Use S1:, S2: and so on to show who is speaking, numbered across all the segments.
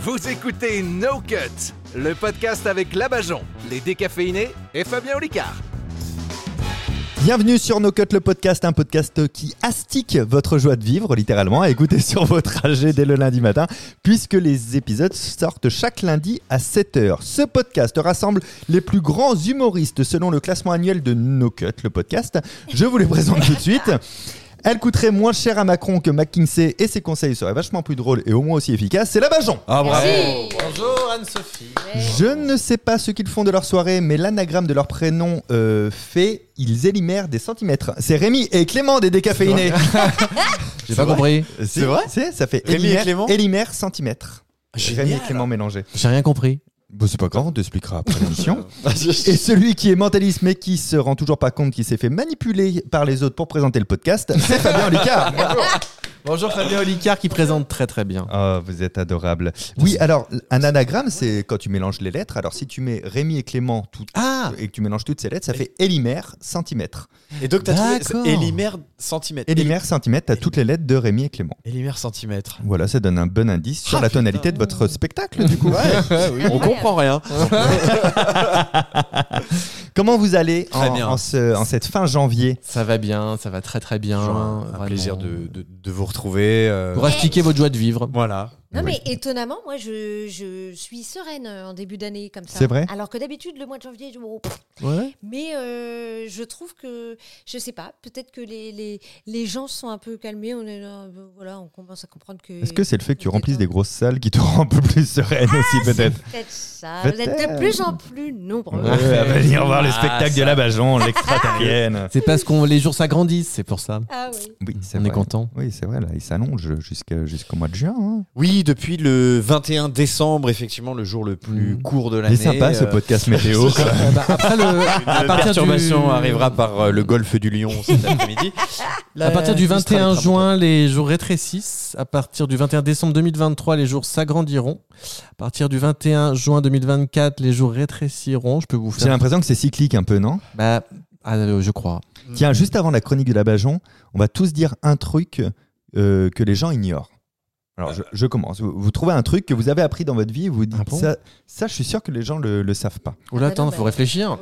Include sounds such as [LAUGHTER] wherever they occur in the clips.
S1: Vous écoutez No Cut, le podcast avec Labajon, les décaféinés et Fabien Olicard.
S2: Bienvenue sur No Cut, le podcast, un podcast qui astique votre joie de vivre, littéralement, à écouter [LAUGHS] sur vos trajets dès le lundi matin, puisque les épisodes sortent chaque lundi à 7h. Ce podcast rassemble les plus grands humoristes selon le classement annuel de No Cut, le podcast. Je vous les présente tout de suite. Elle coûterait moins cher à Macron que McKinsey et ses conseils seraient vachement plus drôles et au moins aussi efficaces. C'est la Bajon
S3: Ah bravo
S4: Merci.
S3: Bonjour Anne-Sophie
S2: Je ne sais pas ce qu'ils font de leur soirée, mais l'anagramme de leur prénom euh, fait ils élimèrent des centimètres. C'est Rémi et Clément des décaféinés. [LAUGHS]
S3: J'ai pas compris.
S2: C'est vrai Ça fait
S3: Rémi et
S2: élimère-
S3: Clément
S2: élimère centimètre. Rémi et Clément mélangés.
S3: J'ai rien compris.
S2: Bon, c'est pas grave, on t'expliquera après
S3: [LAUGHS]
S2: l'émission.
S3: Ah,
S2: et celui qui est mentaliste mais qui se rend toujours pas compte qu'il s'est fait manipuler par les autres pour présenter le podcast,
S3: [LAUGHS]
S2: c'est Fabien Lucas.
S3: Bonjour Fabien Olicard qui présente très très bien.
S2: Oh, vous êtes adorable. Oui, alors, un anagramme, c'est quand tu mélanges les lettres. Alors, si tu mets Rémi et Clément tout,
S3: Ah
S2: et que tu mélanges toutes ces lettres, ça fait élimère centimètre.
S4: Et donc, t'as trouvé
S3: D'accord.
S4: c'est Élimère centimètre.
S2: Élimère centimètre, t'as toutes les lettres de Rémi et Clément.
S4: Élimère centimètre.
S2: Voilà, ça donne un bon indice sur
S4: Ah,
S2: la
S4: putain.
S2: tonalité de votre spectacle,
S3: [LAUGHS]
S2: du coup.
S3: Ah On comprend rien.
S2: Comment vous allez
S3: Très
S2: en,
S3: bien.
S2: en ce- en cette fin janvier
S3: Ça va bien, ça va très très bien.
S4: un
S3: vraiment.
S4: plaisir de, de- de vous retrouver. euh,
S3: Pour expliquer votre joie de vivre.
S4: Voilà.
S5: Non,
S2: Oui.
S5: mais étonnamment, moi, je, je suis sereine euh, en début d'année comme ça.
S2: C'est vrai
S5: Alors que d'habitude, le mois de janvier, je... oh, pff.
S3: Ouais.
S5: mais euh, je trouve que, je sais pas, peut-être que les, les, les gens sont un peu calmés. On est là, euh, voilà, on commence à comprendre que.
S2: Est-ce que c'est le fait que tu
S3: hein.
S2: remplisses des grosses salles qui te rend un peu plus sereine
S3: Ah,
S2: aussi, peut-être
S5: Peut-être ça. Vous
S2: Peut-être.
S5: êtes de plus en plus nombreux.
S2: Ouais, À venir voir le
S3: Ah,
S2: spectacle
S3: ça.
S2: de la Bajon,
S3: [LAUGHS]
S2: l'extraterrienne.
S3: C'est parce qu'on les jours s'agrandissent, c'est pour ça.
S5: Ah oui.
S2: Oui, c'est
S3: On
S2: vrai.
S3: est content.
S2: Oui, c'est vrai, là, il s'allonge jusqu'à- jusqu'au mois de juin. hein.
S4: Oui, depuis le 21 décembre, effectivement, le jour le plus
S3: Mm.
S4: court
S2: Mmh.
S4: de
S2: Il
S4: l'année.
S2: est sympa ce
S3: [LAUGHS]
S4: euh,
S2: podcast météo.
S3: Euh,
S4: Eh ben,
S3: bah, après le, à
S4: Une
S3: partir
S4: perturbation
S3: du-
S4: arrivera par euh, le golfe du Lion [LAUGHS] cet après-midi.
S3: À partir du
S4: [LAUGHS] La-
S3: 21 juin, les jours rétrécissent. À partir du 21 décembre 2023, les jours s'agrandiront. À partir du 21 juin 2024, les jours rétréciront. Je peux vous
S2: J'ai
S3: faire.
S2: l'impression que c'est cyclique un peu, non
S3: Bah, ah, euh, je crois.
S2: Tiens, juste avant la chronique de la Bajon, on va tous dire un truc euh, que les gens ignorent. Alors, je, je commence. Vous, vous trouvez un truc que vous avez appris dans votre vie, et vous dites
S3: Ah bon
S2: ça, ça, je suis sûr que les gens le, le savent
S4: [LAUGHS]
S2: pas.
S5: Ah bah
S3: Oula, attends,
S5: non,
S3: faut
S5: bah-
S3: réfléchir.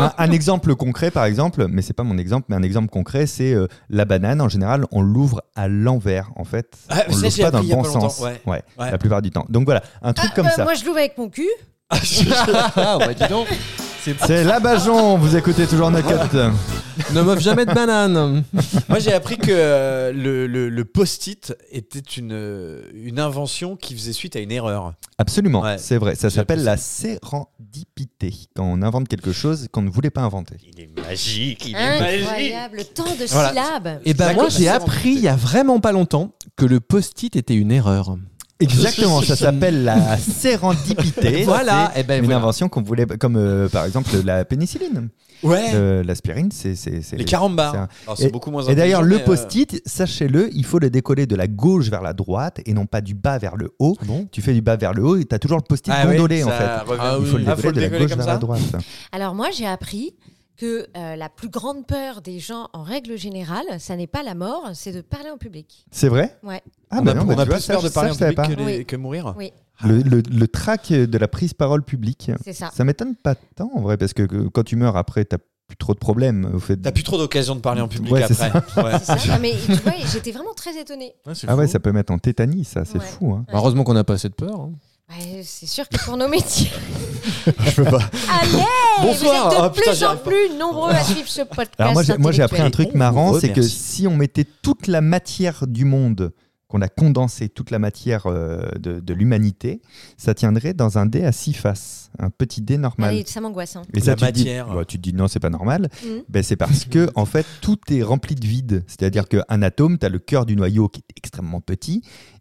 S2: un, un exemple concret, par exemple, mais c'est pas mon exemple, mais un exemple concret, c'est euh, la banane. En général, on l'ouvre à l'envers, en fait.
S4: Ah,
S2: on
S4: ça,
S2: l'ouvre
S4: j'ai
S2: pas dans
S4: appris
S2: le
S4: il y
S2: bon
S4: a pas longtemps,
S2: sens.
S4: ouais. Ouais. Ah, bah,
S2: La plupart du temps. Donc voilà, un truc comme
S5: Euh,
S2: ça.
S5: Moi, je l'ouvre avec mon cul.
S3: Ah, bah, dis donc. C'est-
S2: C'est la Bajon, vous écoutez toujours nos
S4: [LAUGHS]
S2: cuts.
S3: [LAUGHS] Ne m'offre jamais de banane.
S4: Moi, j'ai appris que euh, le, le- le post-it était une, euh, une invention qui faisait suite à une erreur.
S2: Absolument,
S4: Ouais.
S2: c'est vrai. Ça
S4: J'ai
S2: s'appelle la sérendipité, quand on invente quelque chose qu'on ne voulait pas inventer.
S4: Il est magique, il
S5: Incroyable. Le temps de
S4: Voilà.
S5: syllabes.
S3: Et ben
S4: D'accord,
S3: moi,
S4: ça
S3: j'ai
S4: s'est
S3: appris
S4: rendu.
S3: il y a vraiment pas longtemps que le post-it était une erreur.
S2: Exactement, ça s'appelle la [LAUGHS] sérendipité.
S3: [LAUGHS]
S4: [LAUGHS]
S3: voilà. Et
S2: C'est
S3: ben
S4: Eh
S2: une
S3: voilà.
S2: invention qu'on voulait, comme euh, par exemple la pénicilline.
S4: Ouais.
S2: Euh, L'aspirine, c'est. c'est- c'est-
S4: Eh. les carambars.
S2: c'est un-
S4: Alors, c'est beaucoup moins
S2: Et d'ailleurs,
S4: intelligent,
S2: le
S4: mais, euh,
S2: post-it, sachez-le, il faut le décoller de la gauche vers la droite et non pas du bas vers le haut.
S3: Ah bon
S2: Tu fais du bas vers le haut et tu as toujours le post-it
S4: Ah oui,
S2: gondolé en
S4: ça
S2: fait.
S4: revient.
S3: Ah
S2: Il faut
S3: oui.
S2: le
S4: Ah,
S2: décoller de la
S4: décoller
S2: gauche
S4: comme
S2: vers
S4: ça
S2: la droite.
S5: Alors moi, j'ai appris que euh, la plus grande peur des gens, en règle générale, ça n'est pas la mort, c'est de parler en public.
S2: C'est vrai
S5: Ouais.
S2: Ah,
S4: on
S2: bah
S4: a,
S2: non,
S4: on
S2: bah, tu
S4: a
S2: vois,
S4: plus
S2: ça,
S4: peur de
S2: ça,
S4: parler
S2: je
S4: en
S2: savais
S4: public
S2: pas.
S4: que, les-
S5: Oui.
S4: que mourir.
S5: Oui,
S2: Le, le, le trac euh, de la prise parole publique,
S5: c'est ça.
S2: ça m'étonne pas tant en vrai, parce que que quand tu meurs après, t'as plus trop de problèmes. Au fait...
S4: T'as plus trop d'occasion de parler en public
S2: Ouais, c'est
S4: après. Ouais.
S5: C'est ça. Non, mais tu vois, j'étais vraiment très étonnée.
S2: Ah ouais, ça peut mettre en tétanie, ça, c'est
S5: Ouais.
S2: fou. hein.
S3: Bah, heureusement qu'on n'a pas assez de peur. hein.
S5: Ouais, c'est sûr que pour nos métiers.
S4: Je peux pas.
S5: [LAUGHS] Allez Eh,
S4: Bonsoir.
S5: Vous êtes de
S4: Ah, putain,
S5: plus
S4: j'y
S5: en
S4: arrive pas.
S5: plus nombreux à suivre ce podcast.
S2: Alors moi, j'ai- moi, j'ai appris un
S5: intellectuel.
S2: truc
S4: on
S2: marrant,
S4: vous
S2: c'est que
S4: remercie.
S2: si on mettait toute la matière du monde, qu'on a condensé toute la matière euh, de, de l'humanité, ça tiendrait dans un dé à six faces, un petit dé normal.
S5: Allez, ça m'angoisse. hein.
S2: Et
S4: La
S2: tu te dis-
S4: matière.
S2: ouais, tu te dis non, c'est pas normal.
S5: Mhm.
S2: Ben, c'est parce que, en fait, tout est rempli de vide. C'est-à-dire qu'un atome, tu as le cœur du noyau qui est extrêmement petit.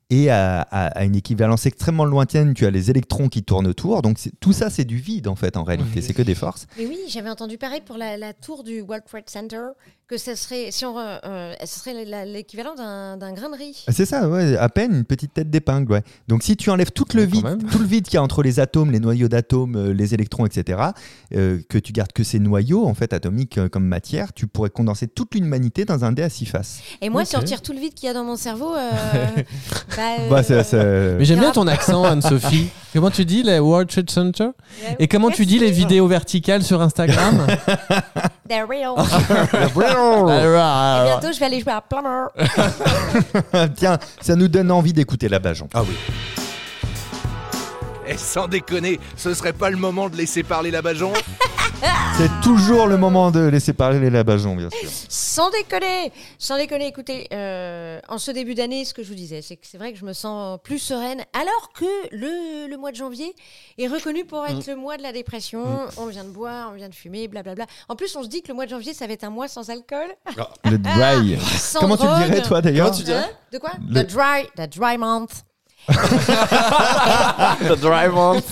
S2: Et à, à- à une équivalence extrêmement lointaine, tu as les électrons qui tournent autour. Donc c'est- tout ça, c'est du vide en fait, en réalité. C'est que des forces.
S5: Mais oui, j'avais entendu pareil pour la, la tour du World Trade Center, que que ça serait, si on, re- euh, ça serait la- l'équivalent d'un d'un grain de riz.
S2: C'est ça, ouais, à peine une petite tête d'épingle. ouais. Donc si tu enlèves tout le
S3: Ouais, quand
S2: vide,
S3: même.
S2: tout le vide qu'il y a entre les atomes, les noyaux d'atomes, euh, les électrons, etc., euh, que tu gardes que ces noyaux en fait atomiques euh, comme matière, tu pourrais condenser toute l'humanité dans un dé à six faces.
S5: Et moi, si on
S3: Ok.
S5: retire tout le vide qu'il y a dans mon cerveau,
S2: [LAUGHS]
S5: euh, bah, euh,
S2: Bah, c'est- c'est-
S3: [LAUGHS] Mais j'aime bien ton
S5: [LAUGHS]
S3: accent, Anne-Sophie. Comment tu dis les World Trade Center
S5: ouais.
S3: Et comment tu dis les
S5: Merci.
S3: vidéos verticales sur Instagram Ah,
S5: They're
S2: [LAUGHS]
S5: real.
S2: Ah,
S5: Et
S3: Alors,
S5: bientôt, je vais aller jouer à Plumber.
S2: Tiens, ça nous donne envie d'écouter la Bajon. Ah oui.
S1: Et sans déconner, ce serait pas le moment de laisser parler la Bajon
S2: C'est toujours le moment de laisser parler les labajons, bien sûr.
S5: Sans déconner, sans déconner, écoutez, euh, en ce début d'année, ce que je vous disais, c'est que c'est vrai que je me sens plus sereine, alors que le, le mois de janvier est reconnu pour être
S2: Mm.
S5: le mois de la dépression. On vient de boire, on vient de fumer, blablabla. En plus, on se dit que le mois de janvier, ça va être un mois
S2: [LAUGHS]
S5: sans alcool,
S2: Le dry.
S5: Ah, sans
S2: Comment tu
S5: drogue.
S2: le dirais, toi, d'ailleurs
S4: Comment tu
S5: Hein De quoi
S2: Le-
S5: The dry, the dry month.
S4: The
S5: [LAUGHS]
S4: dry month.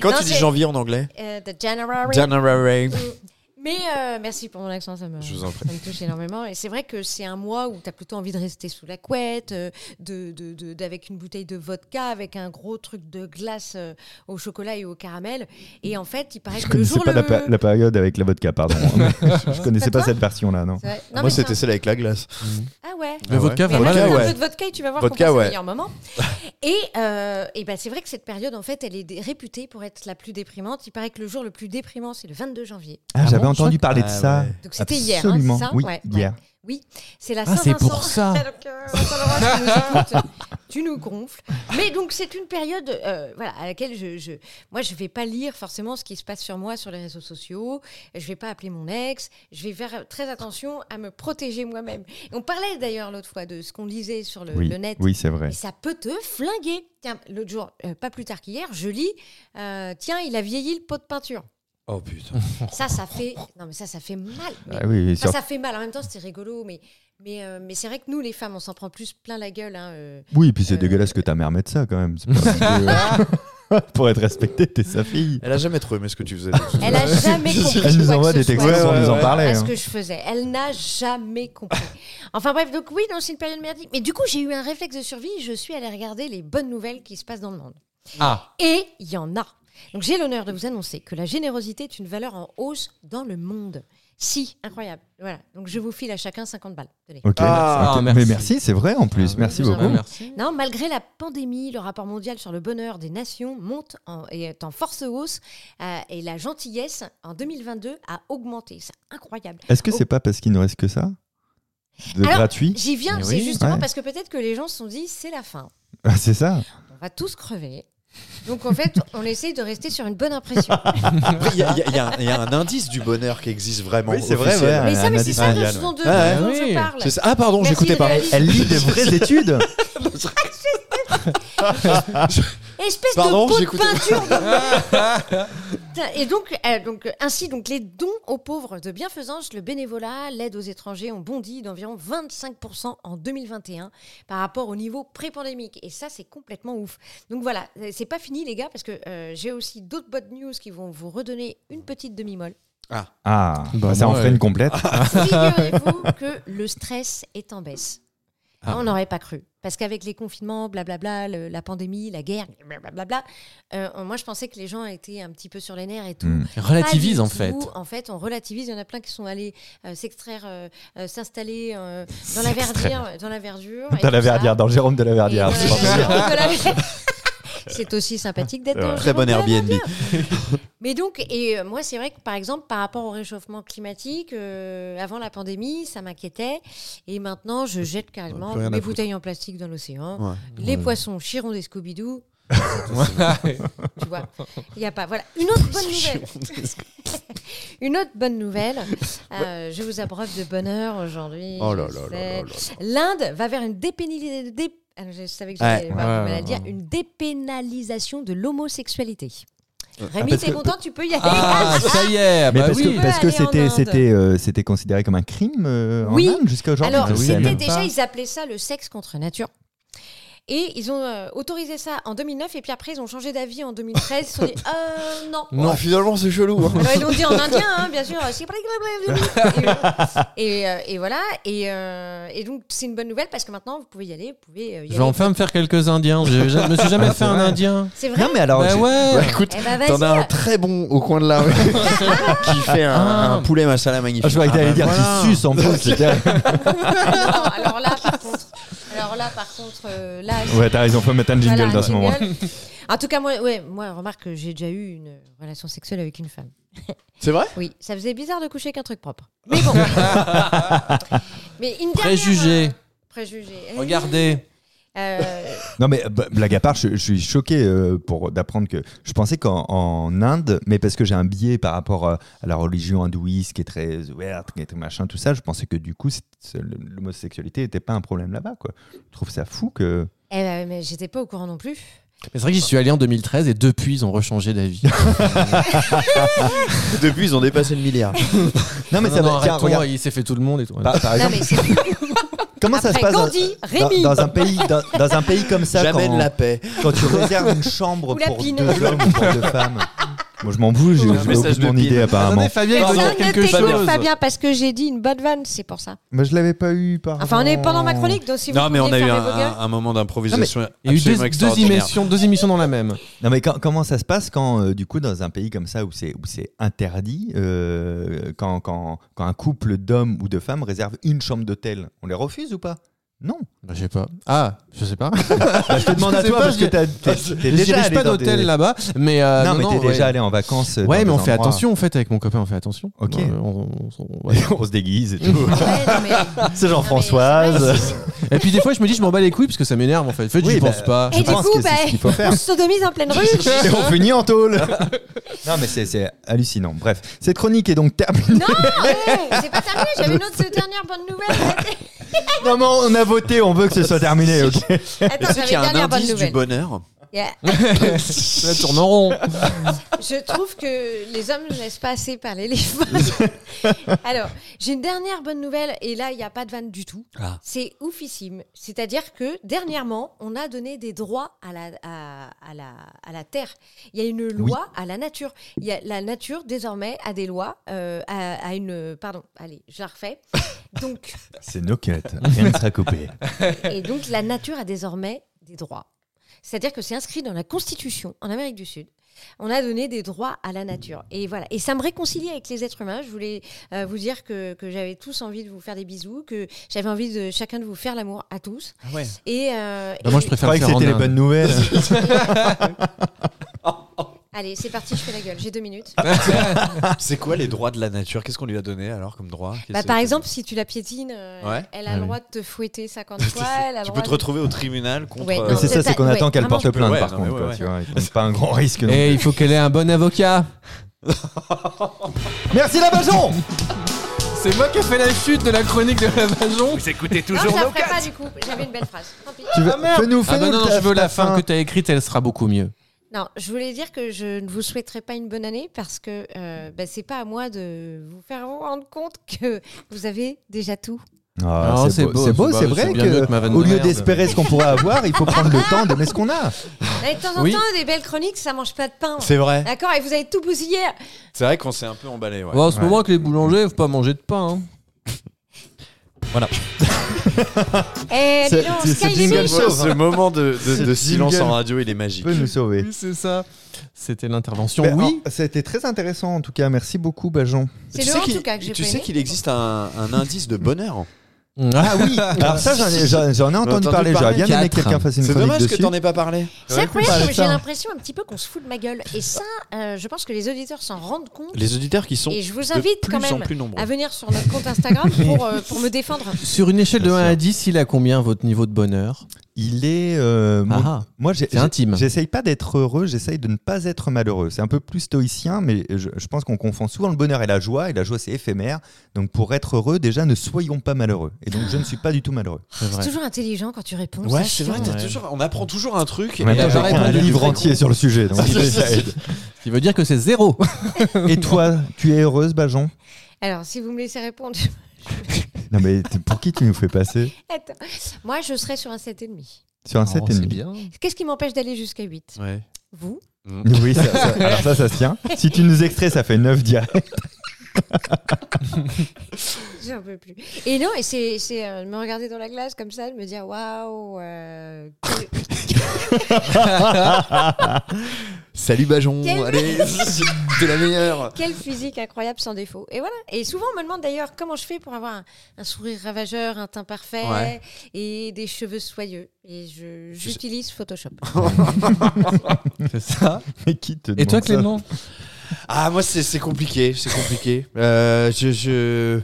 S4: Quand
S5: Non,
S4: tu dis
S5: c'est-
S4: janvier en anglais
S5: euh, the January.
S4: January.
S5: Mais euh, merci pour mon accent, ça me,
S4: Je vous en prie.
S5: ça me touche énormément. Et c'est vrai que c'est un mois où tu as plutôt envie de rester sous la couette, euh, de, de- de- d'avec une bouteille de vodka, avec un gros truc de glace euh, au chocolat et au caramel. Et en fait, il paraît
S2: Je
S5: que le
S2: connaissais
S5: jour
S2: pas la,
S5: le-
S2: pa- la période avec la vodka,
S5: [LAUGHS]
S2: pardon. je connaissais pas
S5: toi
S2: cette version-là, non.
S5: C'est vrai. Non,
S4: Moi,
S5: mais
S4: c'était
S5: c'est
S4: celle avec la glace.
S5: un- Ah ouais
S3: le
S4: Ah ouais.
S3: vodka
S5: mais
S3: va
S4: Vodka,
S3: mal.
S5: rajoute un
S4: ouais. [LAUGHS]
S5: peu de vodka et tu vas voir
S4: Vodka,
S5: qu'on passe
S4: ouais.
S5: le meilleur
S4: [LAUGHS]
S5: moment. Et, euh, et ben c'est vrai que cette période, en fait, elle est dé- réputée pour être la plus déprimante. Il paraît que le jour le plus déprimant, c'est le 22 janvier.
S2: Ah,
S3: Ah
S2: j'avais
S3: bon,
S2: entendu
S3: Jacques
S2: parler de ça.
S4: ouais.
S5: Donc c'était hier, hein,
S2: Absolument.
S5: c'est ça
S2: oui,
S5: Ouais, ouais.
S2: hier.
S5: C'est la
S3: Ah,
S5: Saint-Vincent.
S3: c'est pour
S5: [LAUGHS]
S3: ça.
S5: Donc, euh, Vincent Leroy, tu nous écoutes, tu nous gonfles. Mais donc, c'est une période euh, voilà, à laquelle je, je- Moi, je vais pas lire forcément ce qui se passe sur moi sur les réseaux sociaux. Je vais pas appeler mon ex. Je vais faire très attention à me protéger moi-même. Et On parlait d'ailleurs l'autre fois de ce qu'on lisait sur le,
S2: Oui,
S5: le net.
S2: oui, c'est vrai.
S5: Et ça peut te flinguer. Tiens, l'autre jour, euh, pas plus tard qu'hier, je lis euh, Tiens, il a vieilli le pot de peinture.
S4: Oh putain.
S5: Ça, ça fait. Non, mais ça, ça fait mal. Mais
S2: Ah oui,
S5: Enfin,
S2: sur-
S5: Bah, ça fait mal. En même temps, c'était rigolo, mais mais, euh, mais c'est vrai que nous, les femmes, on s'en prend plus plein la gueule. hein, euh.
S2: oui, et puis c'est
S5: Euh,
S2: dégueulasse que ta mère mette ça quand même. C'est pas- euh,
S5: [LAUGHS]
S2: Pour être respectée, t'es sa fille.
S4: Elle a jamais trop aimé ce que tu [LAUGHS] faisais.
S5: Elle a
S2: [LAUGHS]
S5: jamais compris.
S2: Elle nous
S5: quoi
S2: envoie
S5: que
S2: des
S5: ce
S2: textos,
S5: soit
S4: Ouais,
S2: on nous en
S4: ouais.
S2: parlait.
S5: à ce
S2: hein.
S5: que je faisais. Elle n'a jamais compris. Enfin bref, donc oui, non, c'est une période merdique. Mais du coup, j'ai eu un réflexe de survie. Je suis allée regarder les bonnes nouvelles qui se passent dans le monde.
S3: Ah,
S5: Et il y en a. Donc j'ai l'honneur de vous annoncer que la générosité est une valeur en hausse dans le monde. Si, incroyable. Voilà. Donc je vous file à chacun 50 balles. Tenez.
S2: Ok.
S4: Ah,
S2: ok.
S3: merci.
S2: Mais merci, c'est vrai en plus.
S3: Ah,
S2: merci
S5: oui,
S2: beaucoup.
S5: ça va.
S3: merci.
S5: Non, malgré la pandémie, le rapport mondial sur le bonheur des nations monte en- et est en force hausse euh, et la gentillesse en 2022 a augmenté. C'est incroyable.
S2: Est-ce que c'est pas parce qu'il ne reste que ça De
S5: Oh. Alors-
S2: gratuit
S5: J'y viens,
S3: Mais
S5: c'est
S3: oui.
S5: justement
S2: Ouais.
S5: parce que peut-être que les gens se sont dit c'est la fin,
S2: Ah, C'est ça.
S5: on va tous crever. Donc en fait, on essaie de rester sur une bonne
S3: [LAUGHS]
S5: impression.
S4: Il y, a- il y a- il y a un- il y a un indice du bonheur qui existe vraiment.
S2: Oui, c'est vrai,
S4: officiel.
S2: ouais.
S5: mais ça,
S2: un
S5: mais c'est ça
S2: indice mondial,
S5: de ce dont de-
S4: ouais.
S5: dont
S3: Ah oui.
S5: je parle.
S4: C'est ça. Ah pardon,
S5: Merci
S4: j'écoutais
S5: de
S4: pas.
S5: réaliser.
S2: Elle lit [LAUGHS] des vraies études.
S5: Espèce
S4: Pardon,
S5: de pot de
S4: j'écoutais.
S5: peinture.
S4: [LAUGHS]
S5: de- Putain, Et donc, euh, donc, euh, ainsi, donc, les dons aux pauvres de bienfaisance, le bénévolat, l'aide aux étrangers ont bondi d'environ 25% en 2021 par rapport au niveau pré-pandémique. Et ça, c'est complètement ouf. Donc voilà, euh, c'est pas fini, les gars, parce que euh, j'ai aussi d'autres bonnes news qui vont vous redonner une petite demi-molle.
S2: Ah,
S3: Bah,
S2: ça en
S3: moi,
S2: ferait une complète.
S5: Ah. Figurez-vous
S2: [LAUGHS]
S5: que le stress est en baisse.
S2: Ah.
S5: On n'aurait pas cru. Parce qu'avec les confinements, blablabla, le- la pandémie, la guerre, blablabla, euh, moi je pensais que les gens étaient un petit peu sur les nerfs et tout.
S2: Mm.
S3: Relativise
S5: Pas
S3: en
S5: du
S3: fait.
S5: tout. En fait, on relativise. Il y en a plein qui sont allés euh, s'extraire, euh, euh, s'installer euh, dans la verdure, euh, dans la verdure. et
S2: Dans la
S5: tout ça.
S2: Verdière, dans Jérôme de la
S5: Et,
S2: Verdière.
S5: euh,
S2: c'est pas
S3: Bah
S5: Jérôme
S2: possible.
S5: de la
S2: [LAUGHS]
S5: Verdière. [LAUGHS] C'est aussi sympathique d'être
S2: C'est vrai.
S5: dans
S4: Très bon
S5: Jérôme de la
S4: Airbnb.
S5: mais donc, et euh, moi, c'est vrai que par exemple, par rapport au réchauffement climatique, euh, avant la pandémie, ça m'inquiétait. Et maintenant, je jette carrément
S4: plus rien à
S5: mes
S4: foutre.
S5: bouteilles en plastique dans l'océan.
S4: Ouais.
S5: Les poissons chiront des Scooby-Doo.
S3: [LAUGHS]
S5: tu vois, il n'y a pas. Voilà. Une autre bonne nouvelle. [LAUGHS] Une autre bonne
S4: [LAUGHS]
S5: nouvelle. Euh, je vous abreuve de bonheur aujourd'hui.
S4: Oh là
S5: je
S4: là là
S5: sais.
S4: là là.
S5: L'Inde va vers une dépénalisation. je savais que
S4: Ouais.
S5: j'allais avoir du
S3: Ouais,
S5: mal à le
S3: ouais,
S5: dire. Une dépénalisation de l'homosexualité. Rémi,
S4: Ah,
S2: parce
S5: t'es
S2: que-
S5: content, tu peux y aller.
S3: Ah, ça y est,
S2: Mais
S3: bah
S2: parce
S3: oui.
S2: que, parce que
S5: Ouais, aller en
S2: c'était
S5: Inde.
S2: c'était euh, c'était considéré comme un crime euh,
S5: Oui.
S2: en Inde jusqu'à aujourd'hui. Ah
S5: Alors,
S2: je sais
S5: c'était
S2: même
S5: déjà,
S2: pas.
S5: ils appelaient ça le sexe contre nature. Et ils ont euh, autorisé ça en 2009, et puis après, ils ont changé d'avis en 2013. Ils se sont dit, euh, non.
S4: Non, finalement, c'est chelou. [LAUGHS] hein.
S5: Alors, ils l'ont dit en indien, hein, bien sûr. Et, euh, et voilà. Et, euh, et donc, c'est une bonne nouvelle parce que maintenant, vous pouvez y aller. Vous pouvez euh, y
S3: Je vais
S5: aller.
S3: enfin me faire quelques Indiens. Je je me suis jamais
S2: Ah,
S3: fait
S2: c'est
S3: un
S2: vrai.
S3: Indien.
S5: C'est vrai
S2: Non, mais alors,
S3: bah
S2: j'ai-
S3: ouais.
S4: Bah, écoute,
S5: Eh ben, vas-y.
S4: t'en as un très bon au coin de la rue [LAUGHS] qui fait un,
S3: Ah.
S4: un poulet masala magnifique.
S2: Ah, je croyais que
S3: bah
S2: t'allais
S4: Ah,
S2: dire
S4: voilà.
S2: qu'il
S3: [LAUGHS]
S2: suce en plus. c'était-
S5: [LAUGHS] Non, alors là, par contre, alors là, par contre, euh, là,
S2: Ouais, t'as raison, faut mettre un jingle
S5: Voilà, un
S2: dans ce moment.
S5: jingle. En tout cas, moi, ouais, moi, remarque que j'ai déjà eu une relation sexuelle avec une femme.
S4: C'est vrai
S5: Oui, ça faisait bizarre de coucher avec un truc
S4: [LAUGHS]
S5: propre. Mais bon. Mais une dernière,
S3: Préjugé.
S5: euh, préjugé.
S3: Regardez.
S5: Euh,
S2: Non, mais bah, blague à part, je, je suis choqué euh, pour d'apprendre que je pensais qu'en en Inde, mais parce que j'ai un biais par rapport euh, à la religion hindouiste qui est très ouverte, qui est très machin, tout ça, je pensais que du coup, c'est- c'est- l'homosexualité n'était pas un problème là-bas. quoi. Je trouve ça fou que.
S5: eh ben, mais j'étais pas au courant non plus.
S3: Mais C'est vrai que j'y suis allé en 2013 et depuis, ils ont rechangé d'avis.
S4: Depuis, ils ont dépassé le milliard.
S2: Non, mais
S3: Non,
S2: ça
S3: non,
S2: va. Tiens,
S3: arrêtons,
S2: regarde. Bah,
S3: Il s'est fait tout le monde et tout.
S2: Par, par
S5: Non,
S2: exemple,
S5: mais c'est-
S2: comment ça se
S5: après
S2: passe dans-
S5: Gandhi,
S2: dans,
S5: Rémi.
S2: dans un pays, dans, dans un pays comme ça
S4: Jamais
S2: quand,
S4: de la paix.
S2: quand
S4: [LAUGHS]
S2: tu réserves une chambre
S5: Ou la
S2: pour
S5: pine.
S2: deux hommes ou pour deux femmes Moi, je m'en fous, j'ai
S4: Un
S2: j'ai
S4: message
S2: oublié
S4: de
S2: mon
S4: pine.
S2: idée apparemment.
S3: Attendez, Fabien, il veut
S5: Personne
S3: dire
S5: ne
S3: quelque
S5: t'écoute,
S3: chose.
S5: Fabien, parce que j'ai dit une bonne vanne, c'est pour ça.
S2: Mais je l'avais pas eu par.
S5: Enfin, on est pendant
S2: Oh.
S5: ma chronique, donc si vous
S4: Non, mais on
S5: voulez
S4: a eu un,
S5: fermer vos gueules.
S4: un- un moment d'improvisation
S3: Il y a eu
S4: absolument
S3: deux, deux,
S4: extraordinaire.
S3: émissions, deux émissions dans la même.
S2: Non mais quand- comment ça se passe quand euh, du coup dans un pays comme ça où c'est où c'est interdit euh, quand, quand, quand un couple d'hommes ou de femmes réserve une chambre d'hôtel on les refuse ou pas non
S3: Bah, je sais pas. Ah, je sais pas.
S2: Bah, je te demande à
S3: sais
S2: toi
S3: pas,
S2: parce que
S3: je-
S2: t'as- t'es t'es
S3: Je
S2: déjà
S3: dirige
S2: allé
S3: pas
S2: dans
S3: d'hôtel
S2: des-
S3: là-bas. Mais euh,
S2: non, mais t'es déjà
S3: ouais.
S2: allé en vacances euh, dans
S3: Ouais, mais on
S2: des
S3: fait
S2: endroits-
S3: attention en fait avec mon copain, on fait attention.
S2: Ok.
S3: Euh, on- on- on- ouais.
S2: on se [LAUGHS] déguise et tout
S5: Ouais, non, mais-
S2: Ah, c'est
S5: Non, mais
S2: Jean-Françoise
S3: Et puis des fois, je me dis, je m'en bats les couilles parce que ça m'énerve en fait. Faites,
S2: Oui,
S3: j'y
S2: bah,
S3: pense pas.
S5: Et
S2: je
S5: du
S2: pense
S5: coup,
S2: que c'est
S5: bah,
S2: ce qu'il faut faire
S5: on se sodomise en pleine
S2: [LAUGHS]
S5: rue.
S2: et on finit en [LAUGHS] tôle non mais c'est- c'est hallucinant bref cette chronique est donc terminée [LAUGHS]
S5: Non, ouais, c'est pas terminé. J'avais une autre dernière bonne nouvelle.
S2: non mais on a voté on veut que ce soit terminé ok
S4: Mais
S5: Attends,
S4: Tu sais
S5: j'avais
S4: qu'il y a
S5: une
S4: un
S5: dernière bonne
S4: indice du
S5: nouvelle.
S4: bonheur
S5: Yeah.
S3: Ça tourne en rond.
S5: Je trouve que les hommes ne laissent pas assez parler les femmes. Alors, j'ai une dernière bonne nouvelle, et là, il n'y a pas de vanne du tout.
S4: Ah.
S5: C'est oufissime. C'est-à-dire que, dernièrement, on a donné des droits à la, à, à la, à la terre. Il y a une loi à la nature. Il y a, la nature, désormais, a des lois euh, à, à une... Pardon, allez, je la refais. Donc,
S2: c'est no cut rien ne sera coupé
S5: et donc, la nature a désormais des droits. C'est-à-dire que c'est inscrit dans la Constitution en Amérique du Sud. On a donné des droits à la nature. Et voilà. Et ça me réconcilie avec les êtres humains. Je voulais euh, vous dire que, que j'avais tous envie de vous faire des bisous, que j'avais envie de chacun de vous faire l'amour à tous.
S4: ouais.
S5: Et, euh,
S3: Bah, moi,
S5: et-
S3: je
S2: je
S3: préfère
S2: croyais que
S3: le faire en
S2: c'était les
S3: Inde.
S2: bonnes [LAUGHS] nouvelles
S5: Allez, c'est parti, je fais la gueule. J'ai deux minutes. Bah,
S4: Ah, C'est quoi les droits de la nature Qu'est-ce qu'on lui a donné alors comme droit Qu'est-ce
S5: Bah,
S4: que-
S5: par exemple, si tu la piétines, euh,
S4: Ouais.
S5: elle a
S3: Ah
S5: le
S3: oui.
S5: droit de te fouetter 50 fois. Elle a le
S4: tu
S5: droit
S4: peux te
S5: de-
S4: retrouver au tribunal contre. euh,
S5: Ouais, non,
S2: Mais c'est ça, c'est qu'on
S5: ouais,
S2: attend qu'elle
S5: vraiment,
S2: porte plainte
S4: ouais,
S2: par
S4: non,
S2: contre.
S4: mais
S2: quoi,
S4: ouais,
S2: tu vois, ils prennent pas un grand risque. non.
S3: Et Eh, il faut qu'elle ait un bon avocat.
S2: Merci la Bajon
S3: C'est moi qui ai fait la chute de la chronique de la Bajon.
S1: Vous
S5: [LAUGHS]
S1: écoutez
S5: Non, je
S1: toujours
S5: la
S1: nos
S5: ferai pas
S1: quatre.
S5: du coup. J'avais une belle phrase. Tant pis.
S2: [LAUGHS] Tu veux,
S3: Ah, merde.
S2: nous
S3: Ah bah non, non, je veux la fin que t'as écrite, elle sera beaucoup mieux.
S5: Non, je voulais dire que je ne vous souhaiterais pas une bonne année parce que euh, bah, c'est pas à moi de vous faire vous rendre compte que vous avez déjà tout.
S3: Non,
S2: Ah, c'est beau, c'est beau,
S3: pas-
S2: c'est vrai
S3: bien mieux que ma
S2: que
S3: vanne
S2: au
S3: de
S2: lieu
S3: merde.
S2: d'espérer ce qu'on pourrait avoir, [LAUGHS] il faut prendre le temps d'aimer ce qu'on a.
S5: Et de temps en
S3: Oui.
S5: temps, des belles chroniques, ça mange pas de pain.
S4: [LAUGHS] C'est vrai.
S5: D'accord Et vous avez tout bousillé.
S4: C'est vrai qu'on s'est un peu emballé. Ouais.
S3: Ouais, en ce
S2: Ouais.
S3: moment, avec les boulangers, faut pas manger de pain. hein.
S5: Eh,
S2: C'est-
S5: dis donc,
S2: c'est- c'est
S5: Sky
S2: jingle
S5: Limit.
S2: sauve, hein.
S4: Ce moment de, de-
S2: Ce
S4: de silence
S2: jingle.
S4: en radio, il est magique.
S2: Peut nous sauver.
S3: c'est ça. C'était l'intervention,
S2: Ben,
S3: oui.
S2: oh, ça a été très intéressant en tout cas. Merci beaucoup Bajon.
S5: C'est
S4: Tu
S5: le
S4: sais
S5: en
S4: qu'il-
S5: tout cas que j'ai
S4: Tu
S5: pas
S4: sais
S5: aimé.
S4: qu'il existe un, un indice de bonheur.
S2: Ah oui. Alors ça j'en ai, j'en- j'en ai entendu
S4: entendu
S2: parler. J'aurais
S4: parler.
S2: bien aimé que
S3: Quatre.
S2: quelqu'un fasse une
S4: C'est
S2: chronique
S4: dommage que
S2: dessus.
S4: t'en aies pas parlé.
S5: C'est
S2: pas
S5: incroyable,
S2: le
S5: j'ai
S2: temps.
S5: l'impression un petit peu qu'on se fout de ma gueule. Et ça, euh, je pense que les auditeurs s'en rendent compte.
S4: Les auditeurs qui sont
S5: Et je vous
S4: de
S5: invite
S4: plus
S5: quand
S4: en
S5: même
S4: plus nombreux.
S5: à venir sur notre compte
S4: [LAUGHS]
S5: Instagram pour, euh, pour me défendre.
S3: Sur une échelle de
S2: Bien
S3: 1
S2: sûr.
S3: à 10, il a combien votre niveau de bonheur
S2: Il est. euh, mon-
S3: Ah,
S2: Moi, j'ai-
S3: C'est intime.
S2: J'essaye pas d'être heureux, j'essaye de ne pas être malheureux. C'est un peu plus stoïcien, mais je, je pense qu'on confond souvent le bonheur et la joie, et la joie c'est éphémère. Donc pour être heureux, déjà ne soyons pas malheureux. Et donc je ne suis pas du tout malheureux.
S3: c'est
S5: C'est
S3: vrai.
S5: toujours intelligent quand tu réponds.
S4: Ouais,
S5: c'est
S4: c'est vrai.
S5: chiant.
S4: t'as toujours- on apprend toujours un truc.
S2: On a
S4: et
S3: attends,
S4: après,
S3: j'arrête
S4: on
S2: un
S3: de-
S4: devient
S2: livre
S4: très
S2: entier
S4: con.
S2: sur le sujet.
S3: [LAUGHS]
S2: donc
S4: C'est-
S2: ça
S4: c'est-
S2: aide.
S3: Ce qui veut dire que c'est [LAUGHS] zéro.
S2: et toi, tu es heureuse, Bajon
S5: Alors, si vous me laissez répondre,
S2: Non mais t- pour qui tu nous fais passer
S5: Attends. Moi, je serais sur un 7,5.
S2: Sur un
S4: Oh,
S2: 7,5.
S4: c'est bien.
S5: Qu'est-ce qui m'empêche d'aller jusqu'à 8
S4: Ouais.
S5: Vous
S2: [LAUGHS] Oui, ça, ça- alors ça, ça se tient. Si tu nous extrais, ça fait 9 direct.
S5: J'en peux plus. Et non, et c'est c'est, euh, me regarder dans la glace comme ça, de me dire waouh. euh, que-
S4: Salut Bajon,
S5: Quel-
S2: [LAUGHS]
S4: allez, de la meilleure.
S5: Quelle physique incroyable sans défaut. Et voilà. Et souvent, on me demande d'ailleurs comment je fais pour avoir un, un sourire ravageur, un teint parfait
S4: Ouais.
S5: et des cheveux soyeux. Et je- j'utilise Photoshop.
S3: C'est ça.
S2: [LAUGHS] [LAUGHS] Mais qui te
S3: Et toi,
S2: demande ça
S3: Clément
S4: Ah, moi, c'est c'est compliqué, c'est compliqué. Euh, je, je,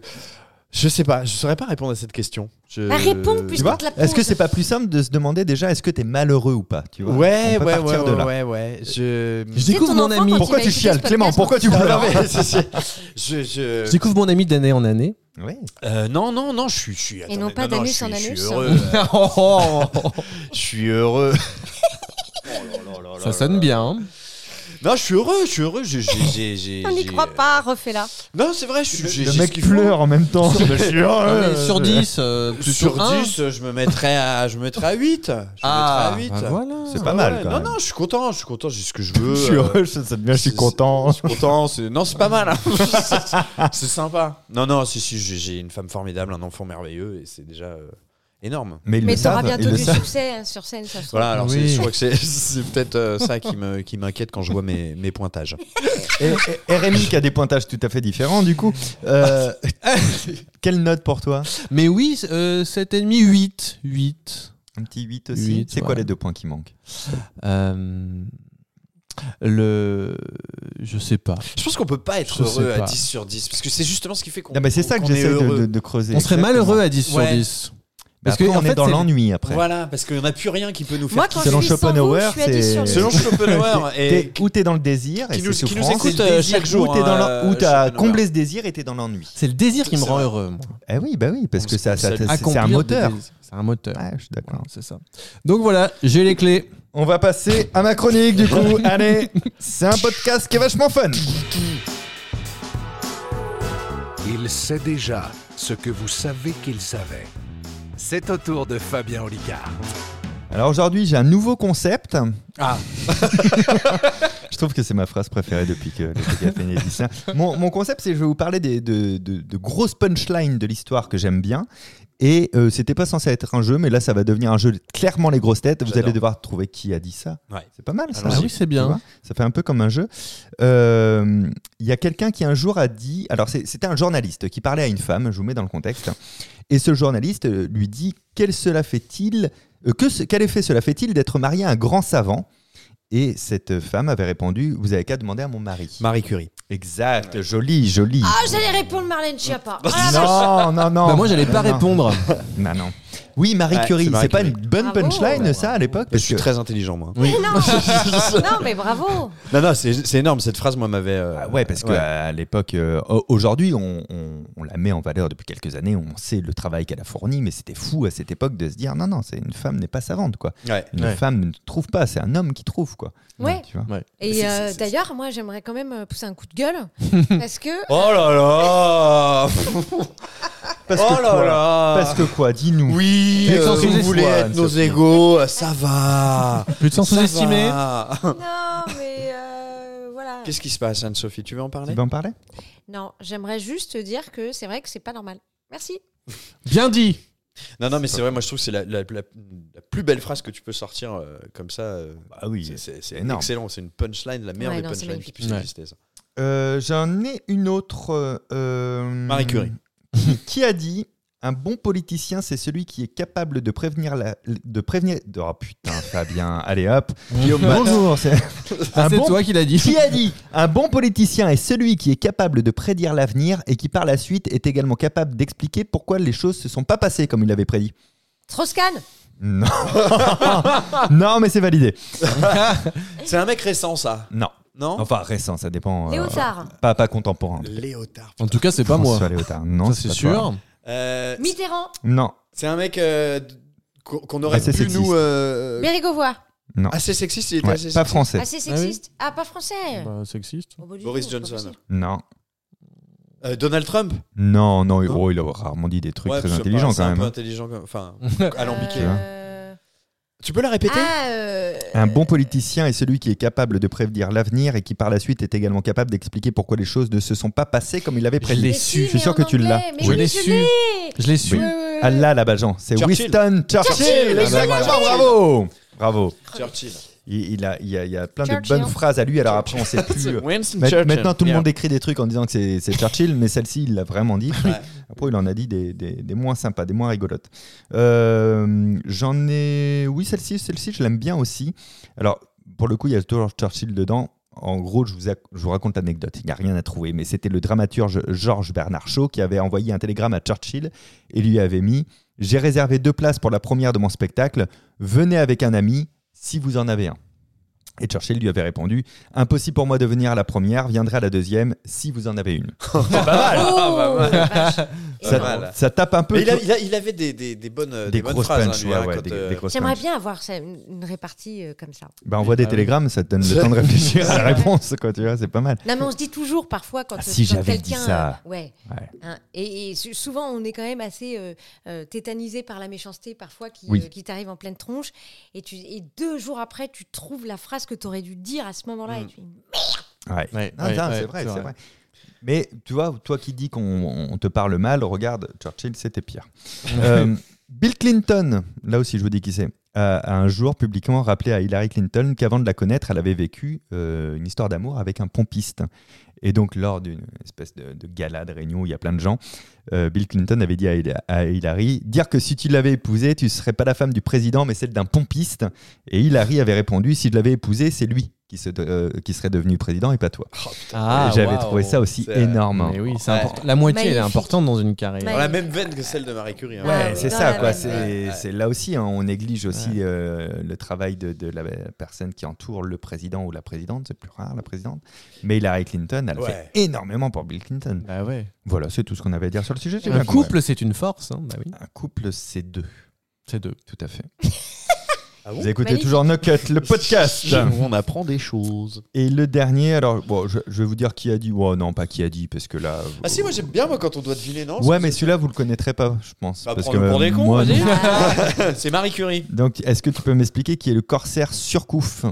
S4: je sais pas, je saurais pas répondre à cette question. Je...
S5: Bah, réponds,
S2: Tu
S5: puisque-
S2: vois
S5: Je te la pose.
S2: Est-ce que c'est pas plus simple de se demander déjà est-ce que t'es malheureux ou pas tu vois
S4: Ouais,
S2: On peut
S4: ouais, ouais,
S2: partir de
S4: ouais,
S2: là.
S4: ouais, ouais. Je.
S3: Je découvre
S5: ton
S3: mon
S5: enfant
S3: ami.
S5: quand il
S2: Pourquoi
S5: va
S2: tu
S5: écouter
S2: chiales,
S5: ce
S2: Clément
S5: podcast,
S2: Pourquoi tu
S4: Ah,
S2: pleures
S4: non, [LAUGHS] mais c'est- c'est- je, je...
S2: Euh,
S3: Je découvre mon ami d'année
S2: [LAUGHS]
S3: en année.
S2: Ouais.
S4: Euh, non, non, non, je suis. Je suis
S5: Et non
S4: attendez,
S5: pas
S4: je
S5: d'anus en
S4: suis- je
S5: anus.
S4: suis heureux.
S2: Oh,
S3: Oh,
S4: Je suis heureux.
S2: Oh
S3: ça sonne bien. hein.
S4: Non, je suis heureux, je suis heureux. je- j'ai- j'ai-
S5: [LAUGHS]
S4: j'ai-
S5: On n'y
S4: j'ai-
S5: croit pas, refais-la.
S4: Non, c'est vrai, je suis. j'ai-
S2: Le
S4: j'ai ce
S2: mec
S4: qu'il faut.
S2: pleure en même temps. Je suis
S3: On
S2: heureux.
S3: est sur 10, Ah, euh, plutôt
S4: Sur
S3: un.
S4: 10, je me mettrais à, je me mettrais à 8. Je me
S3: Ah,
S4: mettrais à 8.
S3: bah voilà.
S2: C'est pas mal,
S4: Ouais,
S2: quand
S4: non,
S2: même.
S4: non, je suis content, je suis content, j'ai
S2: [LAUGHS]
S4: ce que je veux.
S2: Je suis
S4: euh,
S2: heureux, ça, ça devient, je suis
S4: c'est-
S2: content.
S4: Je suis content, c'est- non, c'est pas mal. hein. [LAUGHS] C'est- c'est sympa. Non, non, si, si, j'ai- j'ai une femme formidable, un enfant merveilleux, et c'est déjà euh, énorme.
S2: Mais ils
S5: Mais
S2: le
S5: tu auras
S2: savent. ils
S5: bientôt
S2: le
S5: du
S2: savent.
S5: succès hein, sur scène, ça se trouve.
S4: Voilà, alors c'est-
S3: Oui.
S4: je crois que c'est- [LAUGHS] c'est peut-être euh, ça qui me- qui m'inquiète quand je vois mes, mes pointages.
S2: Et- et- RMI qui a des pointages tout à fait différents, du coup. Euh, quelle note pour toi
S3: [LAUGHS] Mais oui, euh, 7,5, 8. 8.
S2: Un petit 8 aussi.
S3: Huit,
S2: C'est quoi
S3: ouais.
S2: les deux points qui manquent
S3: Euh, le. Je sais pas.
S4: Je pense qu'on peut pas être
S3: Je sais
S4: heureux à
S3: pas.
S4: 10 sur 10, parce que c'est justement ce qui fait qu'on.
S2: Non, mais c'est ça que
S4: qu'on est
S2: j'essaie de,
S4: heureux.
S2: de- de creuser.
S3: On serait
S2: Exactement.
S3: malheureux à 10
S4: Ouais.
S3: sur 10.
S2: Mais
S3: Parce que,
S2: après,
S3: en
S2: on est
S3: fait,
S2: dans
S3: c'est-
S2: l'ennui après.
S4: Voilà, parce qu'on n'a plus rien qui peut nous faire.
S5: Moi, quand
S2: Selon
S5: je suis sans vous,
S2: Schopenhauer,
S5: je suis à
S2: c'est-
S5: 10 sur 10.
S4: Selon Schopenhauer, et
S2: T'es- ou t'es dans le désir, et
S4: Qui nous-
S2: c'est
S4: qui nous
S2: souffrance,
S4: écoute,
S2: c'est le
S4: euh,
S2: désir,
S4: chaque jour,
S2: ou t'es dans
S4: hein,
S2: l'en- ou t'as
S4: Schopenhauer.
S2: comblé ce désir et t'es dans l'ennui.
S3: C'est le désir qui me
S4: C'est
S3: rend
S4: vrai.
S3: heureux. moi.
S2: Eh oui, bah oui, parce que ça, ça-
S4: c'est-
S2: c'est c'est
S3: Accomplir
S2: un
S3: des
S2: moteur.
S3: désirs. C'est un moteur.
S2: Ouais, je suis
S3: Voilà,
S2: d'accord.
S3: c'est ça. Donc voilà, j'ai les clés.
S2: On va passer à ma chronique du coup. Allez, c'est un podcast qui est vachement fun.
S1: Il sait déjà ce que vous savez qu'il savait. C'est au tour de Fabien Olicard.
S2: Alors aujourd'hui, j'ai un nouveau concept.
S4: Ah.
S2: [LAUGHS] je trouve que c'est ma phrase préférée depuis que le café existe. Mon, mon concept, c'est que je vais vous parler des, de, de- de grosses punchlines de l'histoire que j'aime bien. Et euh, c'était pas censé être un jeu, mais là, ça va devenir un jeu. Clairement, les grosses têtes. Vous
S4: J'adore.
S2: allez devoir trouver qui a dit ça.
S4: Ouais.
S2: C'est pas mal ça.
S4: Allons-y.
S3: Ah oui, c'est
S2: Tu
S3: bien.
S2: vois ça fait un peu comme un jeu. Euh, Il y a quelqu'un qui un jour a dit, alors c'est- c'était un journaliste qui parlait à une femme, je vous mets dans le contexte, et ce journaliste euh, lui dit quel cela fait-il, euh, que ce- quel effet cela fait-il d'être marié à un grand savant Et cette femme avait répondu, vous avez qu'à demander à mon mari.
S4: Marie Curie.
S2: exact, joli, joli.
S5: Ah, j'allais répondre Marlène Schiappa. Ah, bah,
S2: non, non, non.
S3: Bah, moi, j'allais pas
S2: Non, non.
S3: [LAUGHS] répondre.
S2: Non, non. Oui, Marie
S4: Ouais,
S2: Curie,
S4: c'est Marie
S2: c'est pas une
S4: Curie.
S2: bonne
S5: Bravo.
S2: punchline ça à l'époque.
S4: Je
S2: parce
S4: suis
S2: que-
S4: très intelligent, moi.
S5: non.
S4: [LAUGHS]
S5: non, mais bravo.
S4: Non, non, c'est c'est énorme, cette phrase, moi, m'avait. euh,
S2: Ah ouais, parce que à l'époque, euh, au- aujourd'hui, on, on- on la met en valeur depuis quelques années. On sait le travail qu'elle a fourni, mais c'était fou à cette époque de se dire non, non, c'est une femme n'est pas savante, quoi.
S4: Ouais.
S2: Une femme ne trouve pas, c'est un homme qui trouve, quoi.
S5: Ouais.
S2: Tu vois.
S5: Et euh, d'ailleurs, moi, j'aimerais quand même euh, pousser un coup de gueule
S4: [LAUGHS]
S5: parce que
S4: Oh là là [LAUGHS]
S2: Parce
S4: Oh
S2: que
S4: là
S2: quoi
S4: là
S2: Parce que quoi Dis-nous.
S4: Oui,
S2: Plus de
S4: euh,
S2: sens
S4: vous
S2: sous-estimé,
S4: voulez être nos
S2: Sophie.
S4: égaux, euh, ça [LAUGHS] va
S3: Plus de sens
S4: Ça
S3: sous-estimé.
S4: va.
S5: Non, mais euh, voilà.
S4: [LAUGHS] Qu'est-ce qui se passe, Anne-Sophie Tu veux en
S2: Tu
S4: parler
S2: veux en parler
S5: Non, j'aimerais juste te dire que c'est vrai que c'est pas normal. Merci.
S3: Bien dit.
S2: Ah
S4: Non, non, mais c'est vrai, moi je trouve que c'est la, la- la- la plus belle phrase que tu peux sortir euh, comme ça. euh,
S2: Ah oui.
S4: c'est- C'est c'est
S2: énorme.
S4: excellent, c'est une punchline, la meilleure
S5: Ouais,
S4: des
S5: non, c'est
S4: punchlines qui
S5: magnifique.
S4: puisse
S3: Ouais.
S4: exister. ça.
S2: Euh, J'en ai une autre. euh,
S4: Marie Curie.
S2: Qui a dit un bon politicien, c'est celui qui est capable de prévenir la, de prévenir. Oh putain, Fabien, [LAUGHS] allez hop. Bonjour. C'est un
S3: Ah, C'est
S2: bon
S3: toi qui l'as dit.
S2: Qui a dit Un bon politicien est celui qui est capable de prédire l'avenir et qui par la suite est également capable d'expliquer pourquoi les choses se sont pas passées comme il l'avait prédit.
S5: Troscan
S2: Non, [LAUGHS] non mais c'est validé.
S4: C'est un mec récent, ça,
S2: Non.
S4: non
S2: Enfin récent, ça dépend. euh,
S5: Léotard,
S2: pas, pas contemporain.
S4: Léotard.
S3: En tout cas, c'est pas moi.
S2: François Léotard. Non,
S3: Ça,
S2: pas
S3: c'est
S2: toi.
S3: sûr.
S4: Euh,
S5: Mitterrand,
S2: Non,
S4: c'est un mec euh, qu'on qu'on aurait
S2: Assez
S4: pu
S2: sexiste.
S4: nous. euh,
S5: Bérigovoy,
S2: non.
S4: Assez sexiste, il était
S2: Ouais,
S4: assez
S2: pas
S4: sexiste.
S2: français.
S5: assez sexiste. Ah, pas français.
S3: sexiste.
S5: Oh, bah, du
S4: Boris
S5: tout, c'est pas
S4: Johnson.
S5: possible.
S2: Non,
S4: Euh, Donald Trump
S2: non, non.
S4: Non.
S2: oh, il a rarement dit des trucs
S4: Ouais,
S2: très
S4: c'est pas-
S2: intelligents
S4: c'est
S2: quand
S5: [LAUGHS]
S4: un peu
S2: même.
S4: intelligent, quand même. enfin,
S5: Euh,
S4: alambiqué.
S2: hein.
S4: Tu peux la répéter
S5: Ah, euh,
S2: Un bon politicien est celui qui est capable de prévenir l'avenir et qui par la suite est également capable d'expliquer pourquoi les choses ne se sont pas passées comme il avait
S3: Je l'ai
S2: prévu.
S5: mais
S3: su.
S5: si,
S2: Je suis
S5: mais
S2: sûr
S5: en
S2: que tu l'as.
S5: anglais, mais
S3: Je
S5: oui,
S3: l'ai
S5: je
S3: su. Je l'ai su.
S2: Oui. Ah là là, Jean, c'est
S4: Churchill.
S2: Winston Churchill.
S4: Churchill,
S2: exactement,
S4: Churchill.
S2: bravo, bravo.
S5: Ah.
S4: Churchill.
S2: Il, il a, il, y a, il y a plein de
S5: Churchill.
S2: bonnes phrases à lui. Alors après, on
S4: [LAUGHS]
S2: sait plus. euh,
S4: Winston
S2: ma-
S4: Churchill.
S2: Maintenant, tout le
S4: Yeah.
S2: monde écrit des trucs en disant que c'est c'est Churchill, mais celle-ci, il l'a vraiment
S4: [LAUGHS]
S2: dit.
S4: Ouais.
S2: Après, il en a dit des, des- des moins sympas, des moins rigolotes. Euh, J'en ai. Oui, celle-ci, celle-ci, je l'aime bien aussi. Alors, pour le coup, il y a toujours Churchill dedans. En gros, je vous, ac- je vous raconte l'anecdote, il n'y a rien à trouver, mais c'était le dramaturge Georges Bernard Shaw qui avait envoyé un télégramme à Churchill et lui avait mis J'ai réservé deux places pour la première de mon spectacle, venez avec un ami si vous en avez un. Et Churchill lui avait répondu Impossible pour moi de venir à la première, viendrai à la deuxième si vous en avez une.
S4: Ah,
S5: Oh,
S4: bah,
S5: la vache.
S2: Ça,
S4: mal.
S2: ça tape un peu.
S4: Mais il, a- il a- il avait des, des- des bonnes, des bonnes
S2: grosses
S4: phrases. hein,
S2: punches,
S4: lui,
S2: ouais,
S4: hein,
S2: ouais,
S4: quand,
S2: des,
S4: euh,
S2: des grosses
S5: J'aimerais
S2: punches.
S5: bien avoir ça, une une répartie euh, comme ça.
S2: Bah, on voit des
S3: Ah oui.
S2: télégrammes, ça te donne
S4: [LAUGHS]
S2: le temps de réfléchir à la réponse, quoi, tu vois, c'est pas mal.
S5: Non, mais on se dit toujours parfois quand,
S2: Ah,
S5: euh,
S2: si
S5: quand
S2: j'avais dit
S5: quelqu'un.
S2: ça.
S5: euh, ouais.
S2: Ouais.
S5: Hein, et, et sou- souvent, on est quand même assez euh, euh, tétanisé par la méchanceté parfois qui,
S2: Oui.
S5: euh, qui t'arrive en pleine tronche. Et, tu, et deux jours après, tu trouves la phrase que tu aurais dû dire à ce moment-là.
S4: Mm.
S5: et tu-
S2: Ouais.
S3: Ouais,
S2: Ah,
S3: ouais,
S2: tiens, c'est
S3: ouais,
S2: vrai, c'est vrai. Mais tu vois, toi qui dis qu'on on te parle mal, regarde, Churchill, c'était pire. Euh, Bill Clinton, là aussi je vous dis qui c'est, a a un jour publiquement rappelé à Hillary Clinton qu'avant de la connaître, elle avait vécu euh, une histoire d'amour avec un pompiste. Et donc lors d'une espèce de, de gala de réunion où il y a plein de gens, euh, Bill Clinton avait dit à, Hil- à Hillary, dire que si tu l'avais épousée, tu serais pas la femme du président, mais celle d'un pompiste. Et Hillary avait répondu, si je l'avais épousée, c'est lui qui, se de- euh, qui serait devenu président et pas toi.
S3: Ah,
S2: Et J'avais
S3: waouh.
S2: trouvé ça aussi
S4: C'est-
S2: énorme.
S3: Mais oui, c'est
S4: Ouais.
S3: important. La moitié, elle est
S5: Magnifique.
S3: importante dans une carrière.
S5: Ouais.
S4: Dans la même veine que celle de Marie Curie. hein.
S2: Ouais,
S5: Ah,
S2: c'est
S5: dans
S2: ça,
S5: la
S2: quoi.
S5: même,
S2: C'est
S4: ouais.
S2: c'est là aussi, hein, on néglige aussi euh, le travail de, de la personne qui entoure le président ou la présidente, c'est plus rare, la présidente. Mais Hillary Clinton, elle a
S4: Ouais.
S2: fait énormément pour Bill Clinton.
S3: Bah ouais.
S2: Voilà, c'est tout ce qu'on avait à dire sur le sujet. j'ai bien
S3: Un couple, c'est une force. hein. Bah oui,
S2: compris. Un couple, c'est deux.
S4: Oh,
S3: c'est deux.
S2: Tout à fait.
S4: Ah bon
S2: Vous écoutez
S5: Magnifique.
S2: toujours No Cut,
S4: [LAUGHS]
S2: le podcast.
S4: on apprend des choses.
S2: Et le dernier, alors, bon, je, je vais vous dire qui a dit. Oh non, pas qui a dit, parce que là.
S4: Ah si, moi j'aime bien moi quand on doit deviner, non
S2: Ouais, mais celui-là, vous le connaîtrez pas, je pense.
S4: Bah,
S2: parce que
S4: prends-le pour des cons,
S2: moi,
S4: vas-y.
S2: non.
S5: Ah,
S4: [LAUGHS] c'est Marie Curie.
S2: Donc, est-ce que tu peux m'expliquer qui est le corsaire surcouf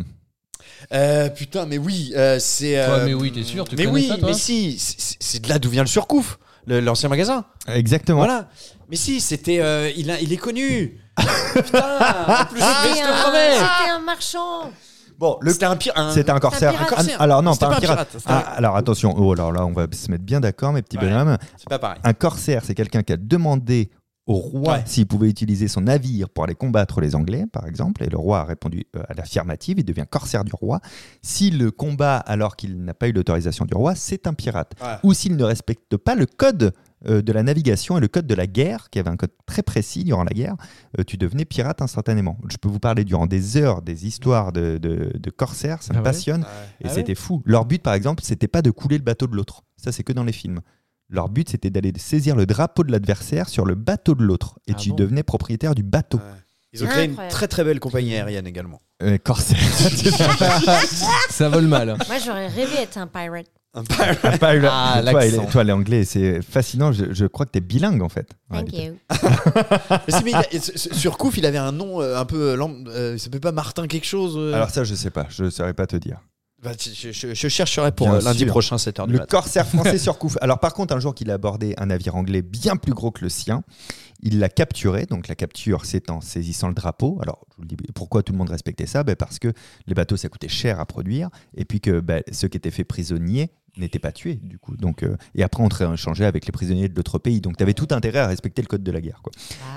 S4: Euh, putain, mais oui, euh, c'est.
S3: Toi,
S4: euh,
S3: mais oui, t'es sûr, tu
S4: Mais
S3: connais
S4: oui,
S3: ça, toi
S4: mais si, c'est c'est de là d'où vient le surcouf, le- l'ancien magasin.
S2: Exactement.
S4: Voilà. Mais si, c'était. euh, il, a- il
S2: [LAUGHS]
S4: est connu. Putain, en plus,
S2: Ah,
S4: mais
S5: C'était un,
S4: je te promets.
S5: c'était un marchand.
S2: Bon, le
S4: C'était un pire. un-
S2: C'était un corsaire.
S5: pirate.
S2: Ah, alors non,
S4: C'était
S2: pas un pirate.
S4: c'était
S2: Ah,
S4: un-
S2: alors attention, oh alors là, on va se mettre bien d'accord, mes petits
S4: Ouais.
S2: bonhommes.
S4: C'est pas pareil.
S2: Un corsaire, c'est quelqu'un qui a demandé au roi
S4: Ouais.
S2: s'il pouvait utiliser son navire pour aller combattre les Anglais, par exemple, et le roi a répondu euh, à l'affirmative, il devient corsaire du roi. Si le combat alors qu'il n'a pas eu l'autorisation du roi, c'est un pirate.
S4: Ouais.
S2: Ou s'il ne respecte pas le code euh, de la navigation et le code de la guerre, qui avait un code très précis durant la guerre, euh, tu devenais pirate instantanément. Je peux vous parler durant des heures des histoires de, de- de corsaires, ça me
S3: Ah ouais
S2: passionne. Et
S4: Ah ouais.
S2: c'était fou. Leur but, par exemple, c'était pas de couler le bateau de l'autre. Ça, c'est que dans les films. Leur but, c'était d'aller saisir le drapeau de l'adversaire sur le bateau de l'autre. Et
S3: Ah
S2: tu
S3: bon
S2: devenais propriétaire du bateau.
S4: Ouais. Ils ont créé une
S5: Incroyable.
S4: très très belle compagnie
S2: [LAUGHS]
S4: aérienne également.
S2: Euh, corsaire.
S3: [LAUGHS] ça vole mal.
S5: Moi, j'aurais rêvé d'être un pirate.
S4: Un pirate.
S2: Ah, pas eu [LAUGHS] la-
S3: Ah,
S2: toi,
S3: l'accent.
S2: elle- toi, l'anglais, c'est fascinant. Je, je crois que t'es bilingue, en fait. en
S5: Thank
S2: réalité.
S5: you.
S4: Mais si, mais il a- et ce- ce- sur Couf, il avait un nom euh, un peu. euh, lam- euh, il s'appelait pas Martin quelque chose euh
S2: Alors ça, je sais pas. Je saurais pas te dire.
S4: Bah, tu- je, je- je chercherai pour
S2: Bien
S4: euh, lundi
S2: sûr.
S4: prochain 7h du
S2: Le
S4: matin.
S2: corsaire
S4: [LAUGHS]
S2: français surcouf. Alors par contre, un jour qu'il a abordé un navire anglais bien plus gros que le sien, il l'a capturé. Donc la capture, c'est en saisissant le drapeau. Alors je vous le dis, pourquoi tout le monde respectait ça Ben, Parce que les bateaux, ça coûtait cher à produire. Et puis que ben, ceux qui étaient faits prisonniers n'étaient pas tués du coup donc euh, et après on échangeait avec les prisonniers de l'autre pays donc tu avais tout intérêt à respecter le code de la guerre quoi.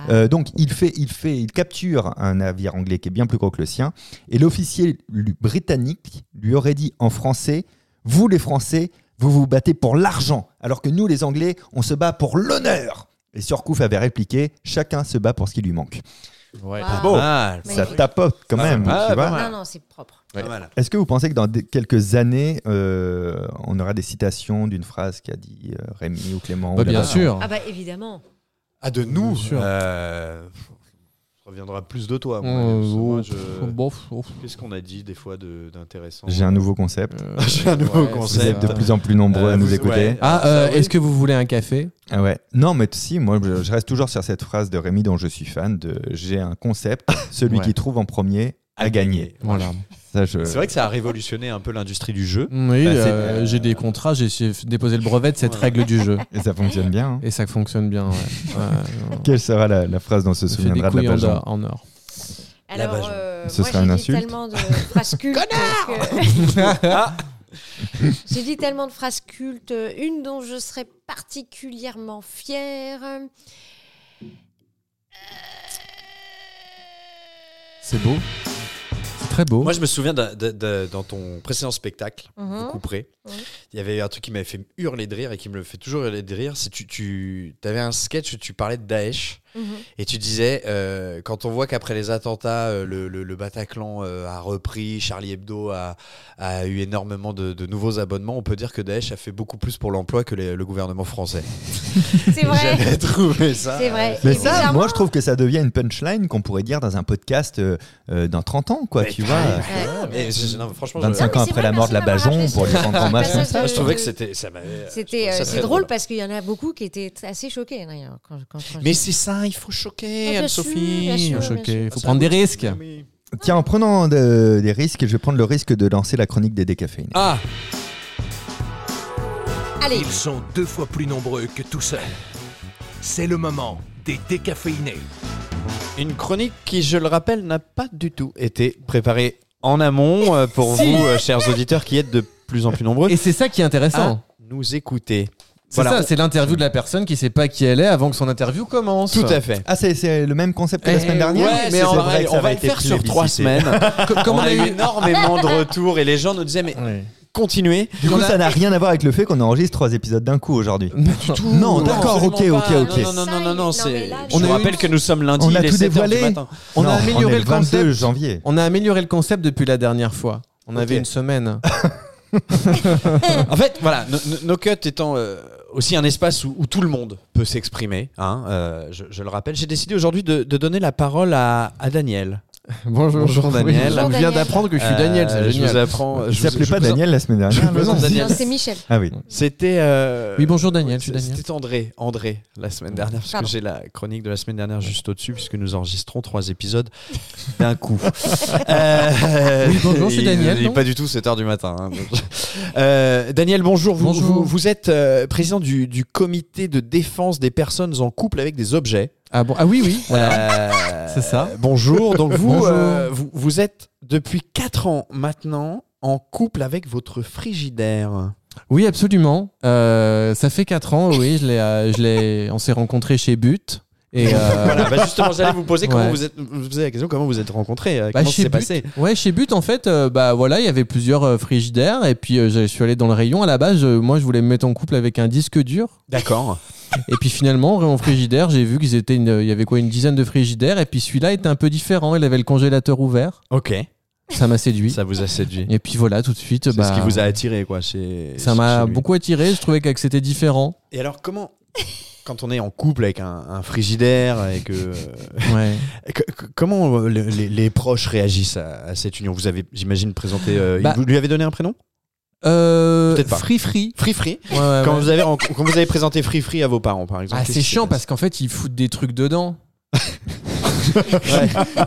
S5: Ah.
S2: Euh, donc il fait, il fait, il capture un navire anglais qui est bien plus gros que le sien, et l'officier lui- britannique lui aurait dit en français "Vous les Français, vous vous battez pour l'argent, alors que nous les Anglais, on se bat pour l'honneur." Et Surcouf avait répliqué "Chacun se bat pour ce qui lui manque."
S3: Ouais.
S5: Ah.
S2: Bon,
S4: Mal.
S5: Mais-
S2: ça tapote quand
S4: Ah,
S2: même.
S4: ah,
S2: tu
S4: pas
S2: vois.
S4: mal.
S5: Non, non, c'est propre.
S4: Pas mal.
S2: Est-ce que vous pensez que dans des- quelques années, euh, on aura des citations d'une phrase qu'a dit euh, Rémi ou Clément
S3: Bah,
S2: ou la
S3: bien
S2: Vincent
S3: sûr.
S5: Ah bah évidemment.
S4: Ah, de nous
S3: Bien sûr.
S4: euh, reviendra plus de toi. moi.
S3: Euh,
S4: Parce que moi,
S3: oh,
S4: je-
S3: pff, bon, pff, oh, pff.
S4: Qu'est-ce qu'on a dit des fois de- d'intéressant
S2: J'ai un nouveau concept.
S3: Euh,
S4: J'ai un nouveau
S3: Ouais,
S2: Vous
S4: concept.
S2: êtes de plus en plus nombreux
S4: Euh,
S2: à nous
S4: vous-
S2: écouter.
S4: ouais.
S3: Ah,
S4: Ah,
S3: euh,
S4: ça, oui.
S3: est-ce que vous voulez un café
S2: Ah ouais. Non, mais t- si, moi, je je reste toujours sur cette phrase de Rémi dont je suis fan de j'ai un concept, celui
S4: Ouais.
S2: qui trouve en premier a gagné.
S3: Voilà.
S2: Ça, je...
S4: C'est vrai que ça a révolutionné un peu l'industrie du jeu.
S3: Oui,
S2: Bah, c'est-
S3: euh, j'ai des contrats, j'ai j'ai déposé le brevet de cette règle du jeu.
S2: Et ça fonctionne bien. hein.
S3: Et ça fonctionne bien, ouais. Ouais, non.
S2: Quelle sera la, la phrase dont se
S3: On fait des
S2: souviendra de la
S3: couilles en
S2: Bajon
S3: or. en or.
S5: Alors,
S4: Bajon.
S5: euh,
S2: Ce
S5: moi,
S2: serait
S5: j'ai
S2: une
S5: dit
S2: insulte.
S5: tellement de phrases cultes. que- j'ai dit tellement de phrases cultes. Une dont je serais particulièrement fière.
S3: [LAUGHS] C'est beau. C'est très beau.
S4: Moi, je me souviens d'un- d'un- d'un- dans ton précédent spectacle,
S5: Mhm.
S4: de Couperé,
S5: Mhm.
S4: il y avait un truc qui m'avait fait hurler de rire et qui me le fait toujours hurler de rire. C'est tu, tu avais un sketch où tu parlais de Daesh
S5: Mhm.
S4: et tu disais euh, quand on voit qu'après les attentats, euh, le, le- le Bataclan euh, a repris, Charlie Hebdo a, a eu énormément de, de nouveaux abonnements, on peut dire que Daesh a fait beaucoup plus pour l'emploi que les- le gouvernement français.
S5: C'est vrai.
S4: [LAUGHS] J'avais trouvé ça.
S5: C'est vrai.
S2: Mais
S5: Et
S2: ça,
S5: bizarrement-
S2: moi, je trouve que ça devient une punchline qu'on pourrait dire dans un podcast euh, euh, dans 30 ans, quoi,
S4: Mais
S2: tu
S4: t'as-
S2: vois.
S5: Ouais.
S4: Mais je- non, franchement, je-
S2: 25
S5: Non,
S2: ans
S5: mais c'est
S2: après
S5: vrai,
S2: la mort de la
S5: personne m'a
S2: Bajon,
S5: rappelé
S2: pour lui
S5: ça.
S2: prendre en masse comme
S5: Passage
S2: ça.
S5: de-
S4: je trouvais que c'était. ça m'avait-
S5: Euh, C'était
S4: je
S5: euh,
S4: trouvais ça
S5: c'est
S4: très
S5: drôle parce qu'il y en a beaucoup qui étaient assez choqués d'ailleurs. Quand, quand- quand-
S4: Mais c'est ça, il faut choquer,
S5: Ah, Bien sûr, bien
S4: Anne-Sophie.
S5: sûr.
S3: Choqué. Il faut
S4: Ça
S3: prendre des
S4: aboutit.
S3: risques.
S2: Tiens, en prenant de- des risques, je vais prendre le risque de lancer la chronique des décaféinés.
S4: Ah,
S5: Allez,
S1: Ils sont deux fois plus nombreux que tout seul. C'est le moment des décaféinés.
S4: une chronique qui, je le rappelle, n'a pas du tout été préparée en amont euh, pour
S3: Si.
S4: vous, euh, chers auditeurs, qui êtes de plus en plus nombreux
S3: Et c'est ça Ah. qui est intéressant.
S4: à nous écouter.
S3: C'est
S4: Voilà.
S3: ça, c'est l'interview de la personne qui sait pas qui elle est avant que son interview commence.
S4: Tout à fait.
S2: Ah, c'est- c'est le même concept que
S3: Eh,
S2: la semaine dernière
S3: ouais,
S2: C'est
S3: mais en
S2: vrai
S4: vrai,
S2: que ça
S4: on
S2: avait
S4: va le
S2: été
S4: faire sur trois
S2: plébiscité.
S4: semaines.
S3: Co- Comme
S4: [LAUGHS] on a eu énormément de retours et les gens nous disaient mais continuez.
S2: Du coup,
S3: On a-
S2: ça n'a rien à voir avec le fait qu'on enregistre trois épisodes d'un coup aujourd'hui. Non, d'accord, ok,
S4: absolument
S2: ok,
S4: pas.
S2: ok.
S4: Non, non, non, non, non,
S5: Non,
S4: c'est.
S5: mais là,
S4: Je
S3: on a
S4: vous
S3: eu
S4: rappelle
S3: une-
S4: que nous sommes lundi,
S2: On a
S4: il est
S2: tout
S4: 7 heures du
S2: dévoilé.
S4: matin.
S3: On
S2: Non,
S3: a amélioré
S2: est
S3: le
S2: 22
S3: concept.
S2: janvier.
S3: On a amélioré le concept depuis la dernière fois. On
S4: Ok.
S3: avait une semaine.
S4: [LAUGHS] En fait, voilà, No, No- No Cut étant euh, aussi un espace où, où tout le monde peut s'exprimer, hein, euh, je, je le rappelle, j'ai décidé aujourd'hui de, de donner la parole à, à Daniel.
S3: Bonjour,
S4: [LAUGHS] Bonjour, Daniel.
S5: Bonjour,
S3: je viens
S5: Daniel.
S3: d'apprendre que je suis
S4: Euh,
S3: Daniel, c'est
S4: Je vous
S3: génial.
S4: apprends.
S2: Il
S4: Euh, je vous-
S2: s'appelait
S4: je
S2: pas
S4: vous-
S2: Daniel la semaine
S4: Je
S2: dernière.
S4: vous présente
S2: non
S4: Daniel.
S5: non, c'est Michel.
S2: Ah oui.
S4: C'était. euh,
S3: Oui, bonjour, Daniel, je suis Daniel.
S4: C'était André, André, la semaine dernière, parce
S5: Pardon.
S4: que j'ai la chronique de la semaine dernière juste au-dessus, puisque nous enregistrons trois épisodes d'un
S3: [LAUGHS]
S4: coup. Euh,
S3: Oui, bonjour, je suis
S4: il-
S3: Daniel,
S4: Il n'est
S3: non
S4: pas du tout 7 heures du matin. hein, donc. Euh, Daniel, bonjour. Vous,
S3: Bonjour.
S4: vous, vous êtes euh, président du, du comité de défense des personnes en couple avec des objets.
S3: Ah, bon, ah oui, oui. voilà.
S4: Euh,
S3: [LAUGHS] C'est ça.
S4: Bonjour. Donc vous,
S3: Bonjour.
S4: euh, vous, vous êtes depuis 4 ans maintenant en couple avec votre frigidaire.
S3: Oui, absolument. Euh, ça fait 4 ans, oui. Je l'ai, euh, je l'ai- on s'est rencontrés chez But. Et euh,
S4: [LAUGHS] Voilà, bah justement, j'allais vous poser comment
S3: Ouais.
S4: vous êtes, je vous posais la question comment vous êtes rencontrés, euh,
S3: Bah,
S4: comment
S3: chez
S4: ça s'est
S3: But.
S4: passé.
S3: Ouais, chez But, en fait, euh, bah voilà, il y avait plusieurs euh, frigidaires et puis euh, je suis allé dans le rayon. À la base, je- moi, je voulais me mettre en couple avec un disque dur.
S4: D'accord.
S3: Et puis finalement, en frigidaire, j'ai vu qu'ils étaient, une- euh, il y avait quoi, une dizaine de frigidaires. Et puis celui-là était un peu différent. Il avait le congélateur ouvert.
S4: Ok.
S3: Ça m'a séduit.
S4: Ça vous a séduit.
S3: Et puis voilà, tout de suite,
S4: C'est
S3: bah,
S4: ce qui vous a attiré, quoi. Chez,
S3: ça
S4: chez-
S3: m'a
S4: chez lui.
S3: beaucoup attiré. Je trouvais que c'était différent.
S4: Et
S3: [LAUGHS]
S4: alors, comment, quand on est en couple avec un, un frigidaire et que,
S3: Ouais.
S4: et [LAUGHS] que- que- comment euh, le- les, les proches réagissent à, à cette union Vous avez, j'imagine, présenté. euh,
S3: Bah-
S4: Vous lui avez donné un prénom
S3: Euh,
S4: Peut-être pas.
S3: Free Free.
S4: Free Free.
S3: Ouais, ouais,
S4: Quand,
S3: Ah ouais.
S4: vous avez, ren- quand vous avez présenté Free Free à vos parents, par exemple.
S3: Ah,
S4: qu'est-ce
S3: c'est
S4: qui s'est
S3: chiant parce
S4: passé
S3: qu'en fait, ils foutent des trucs dedans.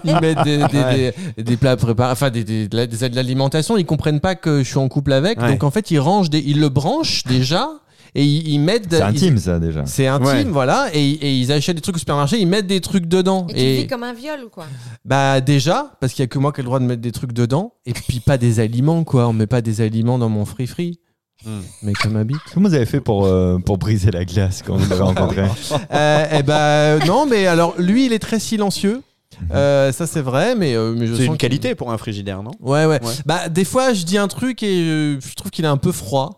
S3: Ils mettent des, des-
S4: Ouais.
S3: des- des plats préparés, enfin des, des- de la- des- de l'alimentation. Ils comprennent pas que je suis en couple avec.
S4: Ouais.
S3: Donc en fait, ils rangent, des, ils le branchent déjà et ils, ils mettent.
S2: C'est
S4: Euh,
S3: ils-
S2: intime, ça, déjà.
S3: C'est intime,
S4: Ouais.
S3: voilà. Et, et ils achètent des trucs au supermarché, ils mettent des trucs dedans.
S5: Et tu le vis comme un viol, quoi.
S3: bah déjà, parce qu'il y a que moi qui ai le droit de mettre des trucs dedans. Et puis pas des aliments, quoi. On met pas des aliments dans mon free free.
S4: Hmm.
S3: Mais comme
S4: [LAUGHS]
S3: habit.
S2: Comment vous avez fait pour, euh, pour briser la glace quand vous l'avez rencontré
S4: Ah,
S3: Euh, eh ben non, mais alors lui, il est très silencieux. Euh, ça c'est vrai, mais, euh, mais je
S4: Hmm. C'est
S3: sens
S4: une
S3: qu'il-
S4: qualité pour un frigidaire, non
S3: Ouais, ouais
S4: Ouais. Mhm.
S3: Bah des fois, je dis un truc et euh, je trouve qu'il est un peu froid.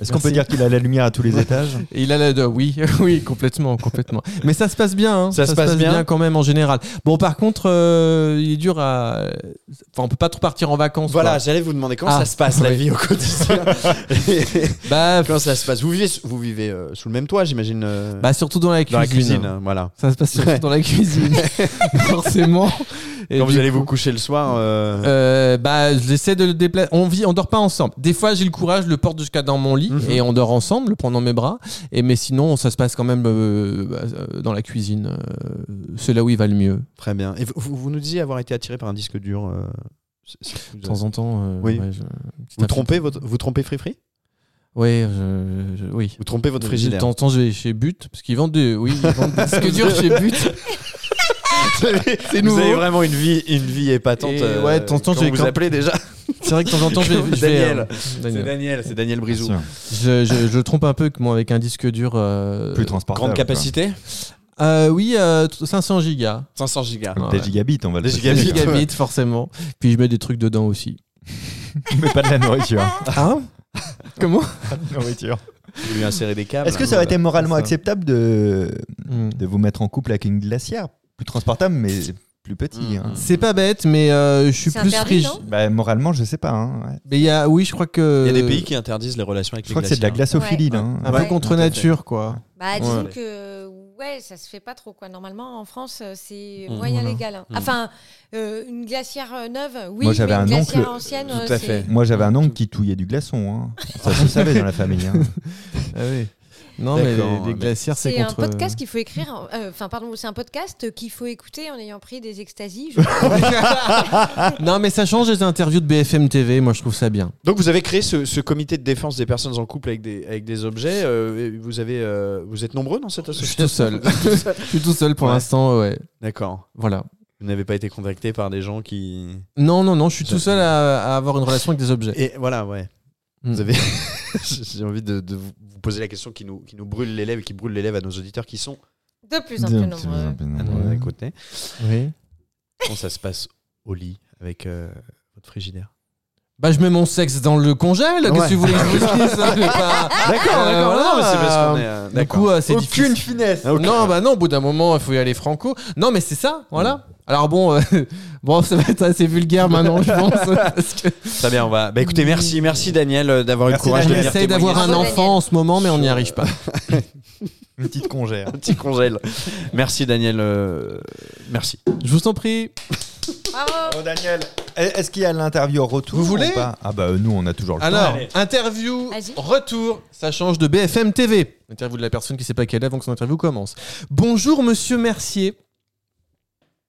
S2: Est-ce qu'on peut dire qu'il a la lumière à tous les étages
S3: Et il a la de- oui, [LAUGHS] oui, complètement, complètement. Mais ça se passe bien, hein.
S4: Ça se passe bien.
S3: quand même en général. Bon, par contre, euh, il est dur à. Enfin, on peut pas trop partir en vacances.
S4: Voilà, j'allais vous demander comment
S3: Ah,
S4: ça se passe la
S3: oui.
S4: vie au
S3: [LAUGHS]
S4: quotidien. [LAUGHS]
S3: quoi. Bah,
S4: comment ça se passe Vous vivez, vous vivez euh, sous le même toit, j'imagine. euh,
S3: bah, surtout dans la cuisine.
S4: dans la cuisine, hein, voilà.
S3: Ça se passe surtout
S4: Ouais.
S3: dans la
S4: [LAUGHS]
S3: cuisine, forcément. Et
S4: Quand
S3: du
S4: vous allez
S3: coup-
S4: vous coucher le soir, euh,
S3: Euh, bah, j'essaie de le déplacer. On vit, on dort pas ensemble. Des fois, j'ai le courage, je le porte jusqu'à dans mon lit
S4: Mhm.
S3: et on dort ensemble, le prend dans mes bras. Et mais sinon, ça se passe quand même euh, bah, euh, dans la cuisine. euh, c'est là où il va le mieux.
S4: très bien. Et vous, vous- vous nous disiez avoir été attiré par un disque dur. euh, c'est- c'est-
S3: De temps en temps. euh,
S4: Oui.
S3: ouais, je- une petite
S4: Vous
S3: affi-
S4: trompez votre, vous trompez Free Free
S3: Ouais, je- je- oui.
S4: Vous trompez votre
S3: De
S4: frigidaire. [LAUGHS]
S3: temps en temps, je vais chez But parce qu'ils vendent des, oui, ils vendent des disques durs chez But.
S4: C'est
S3: nouveau.
S4: Vous avez vraiment une vie, une vie épatante. euh,
S3: Et ouais, de temps en temps,
S4: comment
S3: j'ai-
S4: vous
S3: quand-
S4: appelez déjà.
S3: C'est vrai que de temps en temps, je vais, je vais,
S4: Daniel.
S3: euh,
S4: C'est
S3: Daniel.
S4: Daniel, c'est Daniel Brizou.
S2: Bien sûr.
S3: Je, je- je le trompe un peu que moi avec un disque dur. euh,
S2: Plus transportable.
S4: Grande capacité,
S3: euh, oui, euh, 500 gigas.
S4: 500 gigas.
S2: quoi. Des gigabits, on va le [LAUGHS]
S4: Des
S2: préciser.
S4: gigabits.
S3: gigabits forcément. Puis je mets des trucs dedans aussi.
S2: Mais pas de la nourriture.
S3: [LAUGHS]
S4: [LAUGHS]
S3: Ah Comment
S2: nourriture.
S4: Vous lui insérez des câbles.
S2: Est-ce que ça aurait été moralement
S3: ça.
S2: acceptable de,
S3: Hmm.
S2: de vous mettre en couple avec une glacière Plus transportable, mais plus petit.
S4: Mm,
S2: hein.
S3: C'est pas bête, mais euh, je suis
S5: C'est
S3: plus
S5: interdit,
S3: riche.
S5: non
S2: Bah, moralement, je sais pas. hein, ouais.
S3: Mais il y a, oui, je crois que.
S4: Il y a des pays qui interdisent les relations avec
S2: Euh, Je
S4: les
S2: crois que c'est de la
S4: glaciers.
S2: glacophilie. là, hein.
S3: Un
S5: Ouais,
S3: peu contre
S4: tout à fait.
S3: nature, quoi.
S5: Bah, disons
S4: Ouais.
S5: que ouais, ça se fait pas trop quoi. Normalement, en France, euh, c'est
S4: Mm.
S5: moyen
S3: Voilà.
S5: légal. hein.
S4: Mm.
S5: Enfin, euh, une glacière euh, neuve, oui,
S2: Moi,
S5: mais
S2: j'avais
S5: une
S2: un
S5: glacière
S2: oncle-
S5: ancienne,
S4: Tout
S5: euh,
S4: à
S5: c'est-
S4: fait. Mm.
S2: Moi, j'avais un oncle qui touillait du glaçon. hein. Ça, je le savais dans la famille. hein.
S5: [LAUGHS]
S3: Ah Non, mais
S4: D'accord,
S3: les, les
S4: mais-
S3: glaciaires, c'est
S5: C'est un
S3: contre. euh,
S5: podcast qu'il faut écrire. en- euh, Enfin, pardon, c'est un podcast qu'il faut écouter en ayant pris des extasies. je crois.
S3: non, mais ça change les interviews de BFM TV. Moi, je trouve ça bien.
S4: Donc vous avez créé ce, ce comité de défense des personnes en couple avec des, avec des objets. euh, et vous, avez, euh, vous êtes nombreux dans cette
S3: Je suis
S4: association
S3: tout seul.
S4: [LAUGHS]
S3: je suis tout seul pour
S4: Ouais.
S3: l'instant, ouais.
S4: D'accord.
S3: Voilà.
S4: Vous n'avez pas été contacté par des gens qui...
S3: Non, non, non, je suis
S4: Ça-
S3: tout seul à, à avoir une relation avec des objets.
S4: Et voilà, ouais.
S3: Mm.
S4: Vous avez... [LAUGHS] J'ai envie de, de vous vous poser la question qui nous, qui nous brûle les lèvres et qui brûle les lèvres à nos auditeurs qui sont
S5: De plus en plus nombreux.
S4: à nos
S3: Ouais.
S4: côtés.
S3: Oui.
S4: Comment ça se passe au lit avec euh, votre frigidaire
S3: Bah, je mets mon sexe dans le congèle. Qu'est-ce que
S4: Ouais.
S3: vous voulez que je vous dise ça Je vais pas- Euh, voilà,
S4: non, mais c'est parce
S3: euh,
S4: qu'on est, euh,
S3: Du
S4: d'accord.
S3: coup, euh, c'est difficile.
S2: finesse.
S4: Ah, ok.
S3: Non, bah non, au bout d'un moment, il faut y aller franco. Non, mais c'est ça, voilà. Alors bon, euh, [LAUGHS] bon, ça va être assez vulgaire maintenant, je [LAUGHS] pense. parce que
S4: Très bien, on va. Bah écoutez, merci, merci Daniel euh, d'avoir eu le
S2: Merci,
S4: courage
S3: on
S4: de
S2: Daniel.
S4: venir
S3: essaye
S4: témoigner
S3: d'avoir un
S4: sur
S5: témoigner.
S3: enfant en ce moment, mais on n'y arrive pas.
S2: Une petite congère.
S4: [LAUGHS] un petit congèle. Merci Daniel, euh, merci.
S3: Je vous en prie.
S5: Bravo.
S2: Daniel. Est-ce qu'il y a l'interview au retour
S3: Vous voulez
S2: ou pas Ah bah euh, nous on a toujours le
S3: Alors,
S2: temps.
S3: interview,
S5: Vas-y.
S3: retour, ça change de BFM TV. Interview de la personne qui sait pas qu'elle est avant que son interview commence. Bonjour, monsieur Mercier.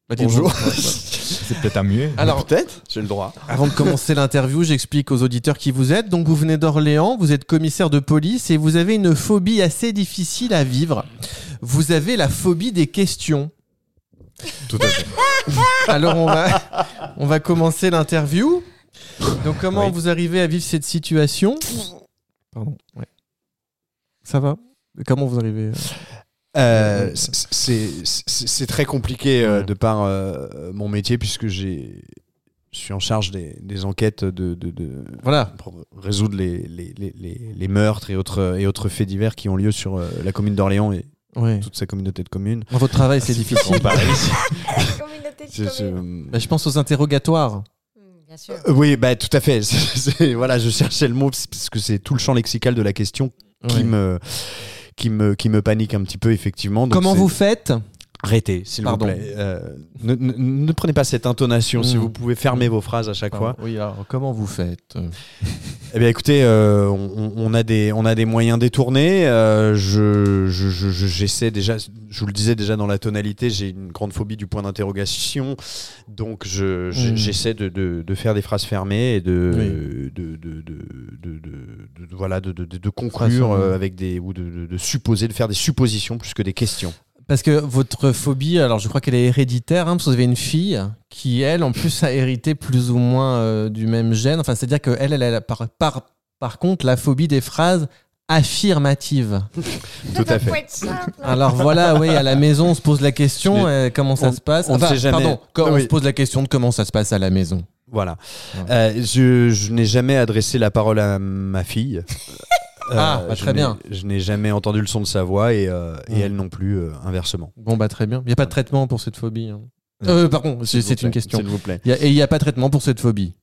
S3: Bah, dis
S4: Bonjour.
S3: donc. Ouais, ouais.
S2: C'est peut-être un muet.
S3: Alors,
S4: peut-être, j'ai le droit.
S3: Avant de commencer l'interview, j'explique aux auditeurs qui vous êtes. Donc, vous venez d'Orléans, vous êtes commissaire de police et vous avez une phobie assez difficile à vivre. Vous avez la phobie des questions.
S2: Tout à fait.
S3: Alors, on va,
S4: [LAUGHS]
S3: on va commencer l'interview. Donc, comment
S2: Oui.
S3: vous arrivez à vivre cette situation Pardon. ouais. Ça va Comment vous arrivez
S4: Euh, c- c'est c'est- c'est très compliqué euh,
S3: Ouais.
S4: de par euh, mon métier puisque j'ai je suis en charge des, des enquêtes de, de- de-
S3: Voilà.
S4: pour résoudre les, les, les- les- les meurtres et autres, et autres faits divers qui ont lieu sur euh, la commune d'Orléans et
S3: Ouais.
S4: toute sa communauté de communes.
S3: Dans votre travail, c'est difficile.
S4: Ah
S5: Communauté de
S4: C'est- c'est-
S5: communes.
S3: Bah, je pense aux interrogatoires.
S5: Mm, Bien sûr.
S4: Euh, Oui, bah tout à fait. [LAUGHS] C'est- c'est- voilà, je cherchais le mot c'est- parce que c'est tout le champ lexical de la question qui
S3: Ouais.
S4: me qui me qui me panique un petit peu effectivement. Donc,
S3: Comment
S4: c'est-
S3: vous faites
S4: arrêtez, s'il vous
S3: Pardon.
S4: plaît. Euh, ne, ne- ne prenez pas cette intonation. Si
S3: Mm.
S4: vous pouvez fermer vos phrases à chaque fois.
S3: Oui, alors, comment vous faites
S4: Eh bien, écoutez, euh, on, on- on a des on a des moyens détournés. Euh, je je- je- je- j'essaie déjà. Je vous le disais déjà dans la tonalité. J'ai une grande phobie du point d'interrogation. Donc, je- je-
S3: Mm.
S4: j'essaie de, de- de faire des phrases fermées et de
S3: Oui.
S4: de, de- de- de- de- de- voilà de, de- de- de
S3: Phrases
S4: conclure
S3: fermées.
S4: euh, avec des ou de, de- de supposer, de faire des suppositions plus que des questions.
S3: Parce que votre phobie, alors je crois qu'elle est héréditaire, hein, parce que vous avez une fille qui, elle, en plus, a hérité plus ou moins euh, du même gène. Enfin, c'est-à-dire qu'elle, elle, elle a par, par, par contre la phobie des phrases affirmatives.
S4: Tout à fait.
S5: Faut être simple.
S3: Alors voilà, oui, à la maison, on se pose la question, euh, comment ça
S4: on-
S3: se passe
S4: on ne sait jamais.
S3: Pardon, quand
S4: Ah
S3: on
S4: oui.
S3: se pose la question de comment ça se passe à la maison.
S4: Voilà. Euh, je je n'ai jamais adressé la parole à ma fille.
S3: [LAUGHS] Ah,
S4: Euh,
S3: bah,
S4: je
S3: très
S4: n'ai-
S3: bien.
S4: Je n'ai jamais entendu le son de sa voix et, euh, et
S3: Mm.
S4: elle non plus, euh, inversement.
S3: Bon, bah très bien. Il n'y a pas de traitement pour cette phobie. hein.
S2: Ouais.
S3: Euh, pardon, c'est
S4: S'il vous
S3: c'est une
S4: plaît,
S3: question.
S4: S'il vous plaît.
S3: Il y a- et il n'y a pas de traitement pour cette phobie.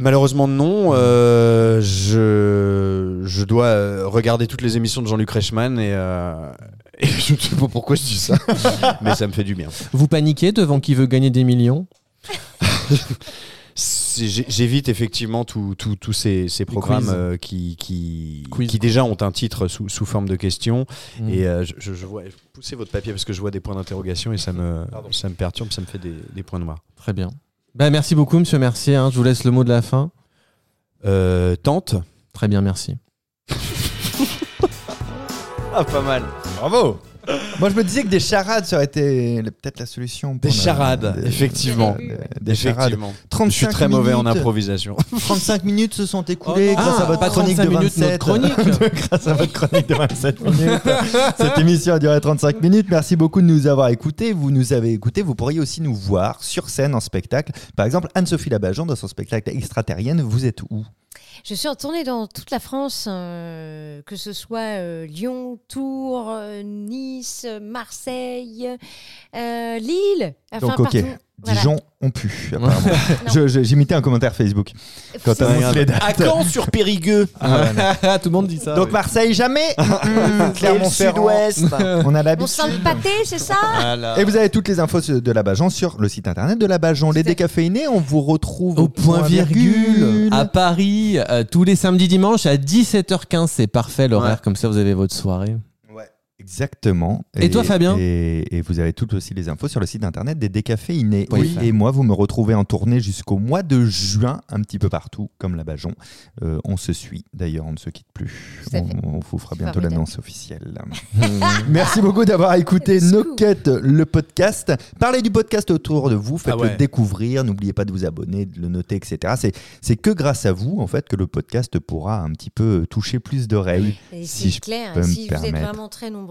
S4: Malheureusement, non. Euh, je, je dois euh, regarder toutes les émissions de Jean-Luc Reichmann et, euh, et je ne sais pas pourquoi je dis
S3: [LAUGHS]
S4: ça, mais ça me fait du bien.
S3: Vous paniquez devant qui veut gagner des millions
S4: C'est- j'ai- J'évite effectivement tous tous- tous ces, ces programmes
S3: quiz.
S4: euh, qui, qui,
S3: Quiz.
S4: qui déjà ont un titre sous, sous forme de questions.
S3: Mm.
S4: Et euh, je, je- je vois, poussez votre papier parce que je vois des points d'interrogation et ça me, ça me perturbe, ça me fait des, des points noirs.
S3: Très bien. Bah, merci beaucoup, monsieur Mercier. hein. Je vous laisse le mot de la fin.
S4: Euh, tente.
S3: Très bien, merci.
S4: Ah, pas mal.
S2: Bravo Moi, je me disais que des charades, ça aurait été le- peut-être la solution. pour
S4: Des
S2: ne-
S4: charades,
S2: des-
S4: effectivement.
S2: Des, des charades.
S4: Effectivement.
S2: 35
S4: Je suis très mauvais en
S2: minutes-
S4: improvisation.
S2: 35 minutes se sont écoulées grâce
S3: Ah,
S2: à votre
S3: pas
S2: chronique de
S3: 35 minutes,
S2: 27.
S3: notre chronique.
S2: [LAUGHS] grâce à votre chronique de 27 minutes. Cette émission a duré 35 minutes. Merci beaucoup de nous avoir écoutés. Vous nous avez écoutés. Vous pourriez aussi nous voir sur scène en spectacle. Par exemple, Anne-Sophie Labajon dans son spectacle extraterrienne. Vous êtes où
S5: Je suis en tournée dans toute la France, euh, que ce soit euh, Lyon, Tours, euh, Nice, euh, Marseille, euh, Lille, enfin
S2: Donc, ok.
S5: partout. Voilà.
S2: Dijon, on pue. apparemment. Je- je- J'imitais un commentaire Facebook. Quand
S5: C'est-
S2: on annonce
S4: regarde.
S2: les dates.
S4: Caen sur Périgueux.
S3: Ah, Tout le monde dit ça.
S2: Donc Marseille, jamais. Mmh, Clermont-Ferrand. [LAUGHS] On a
S5: On
S2: l'habitude.
S5: sent le pâté, c'est ça
S2: Et vous avez toutes les infos sur- de la Bajon sur le site internet de la Bajon. Les
S5: C'est-
S2: décaféinés, on vous retrouve
S3: Au point virgule, à
S2: Ah,
S3: Paris, euh, tous les samedis dimanches à 17h15. C'est parfait l'horaire, comme ça vous avez votre soirée.
S2: Exactement.
S3: Et toi, Fabien
S2: et, et vous avez toutes aussi les infos sur le site internet des décaféinés.
S3: Oui.
S2: Et, et moi, vous me retrouvez en tournée jusqu'au mois de juin, un petit peu partout, comme la Bajon. Euh, on se suit, d'ailleurs, on ne se quitte plus.
S5: Tout à
S2: On,
S5: fait.
S2: on vous fera bientôt
S5: Formidable.
S2: l'annonce officielle. [LAUGHS] Merci beaucoup d'avoir écouté
S5: Let's
S2: No
S5: go.
S2: Cut, le podcast. Parlez du podcast autour de vous, faites-le
S4: Ah ouais.
S2: découvrir, n'oubliez pas de vous abonner, de le noter, etc. C'est- C'est que grâce à vous, en fait, que le podcast pourra un petit peu toucher plus d'oreilles.
S5: Et
S2: Si
S5: c'est
S2: je
S5: clair,
S2: peux me
S5: si vous êtes
S2: permettre.
S5: vraiment très nombreux,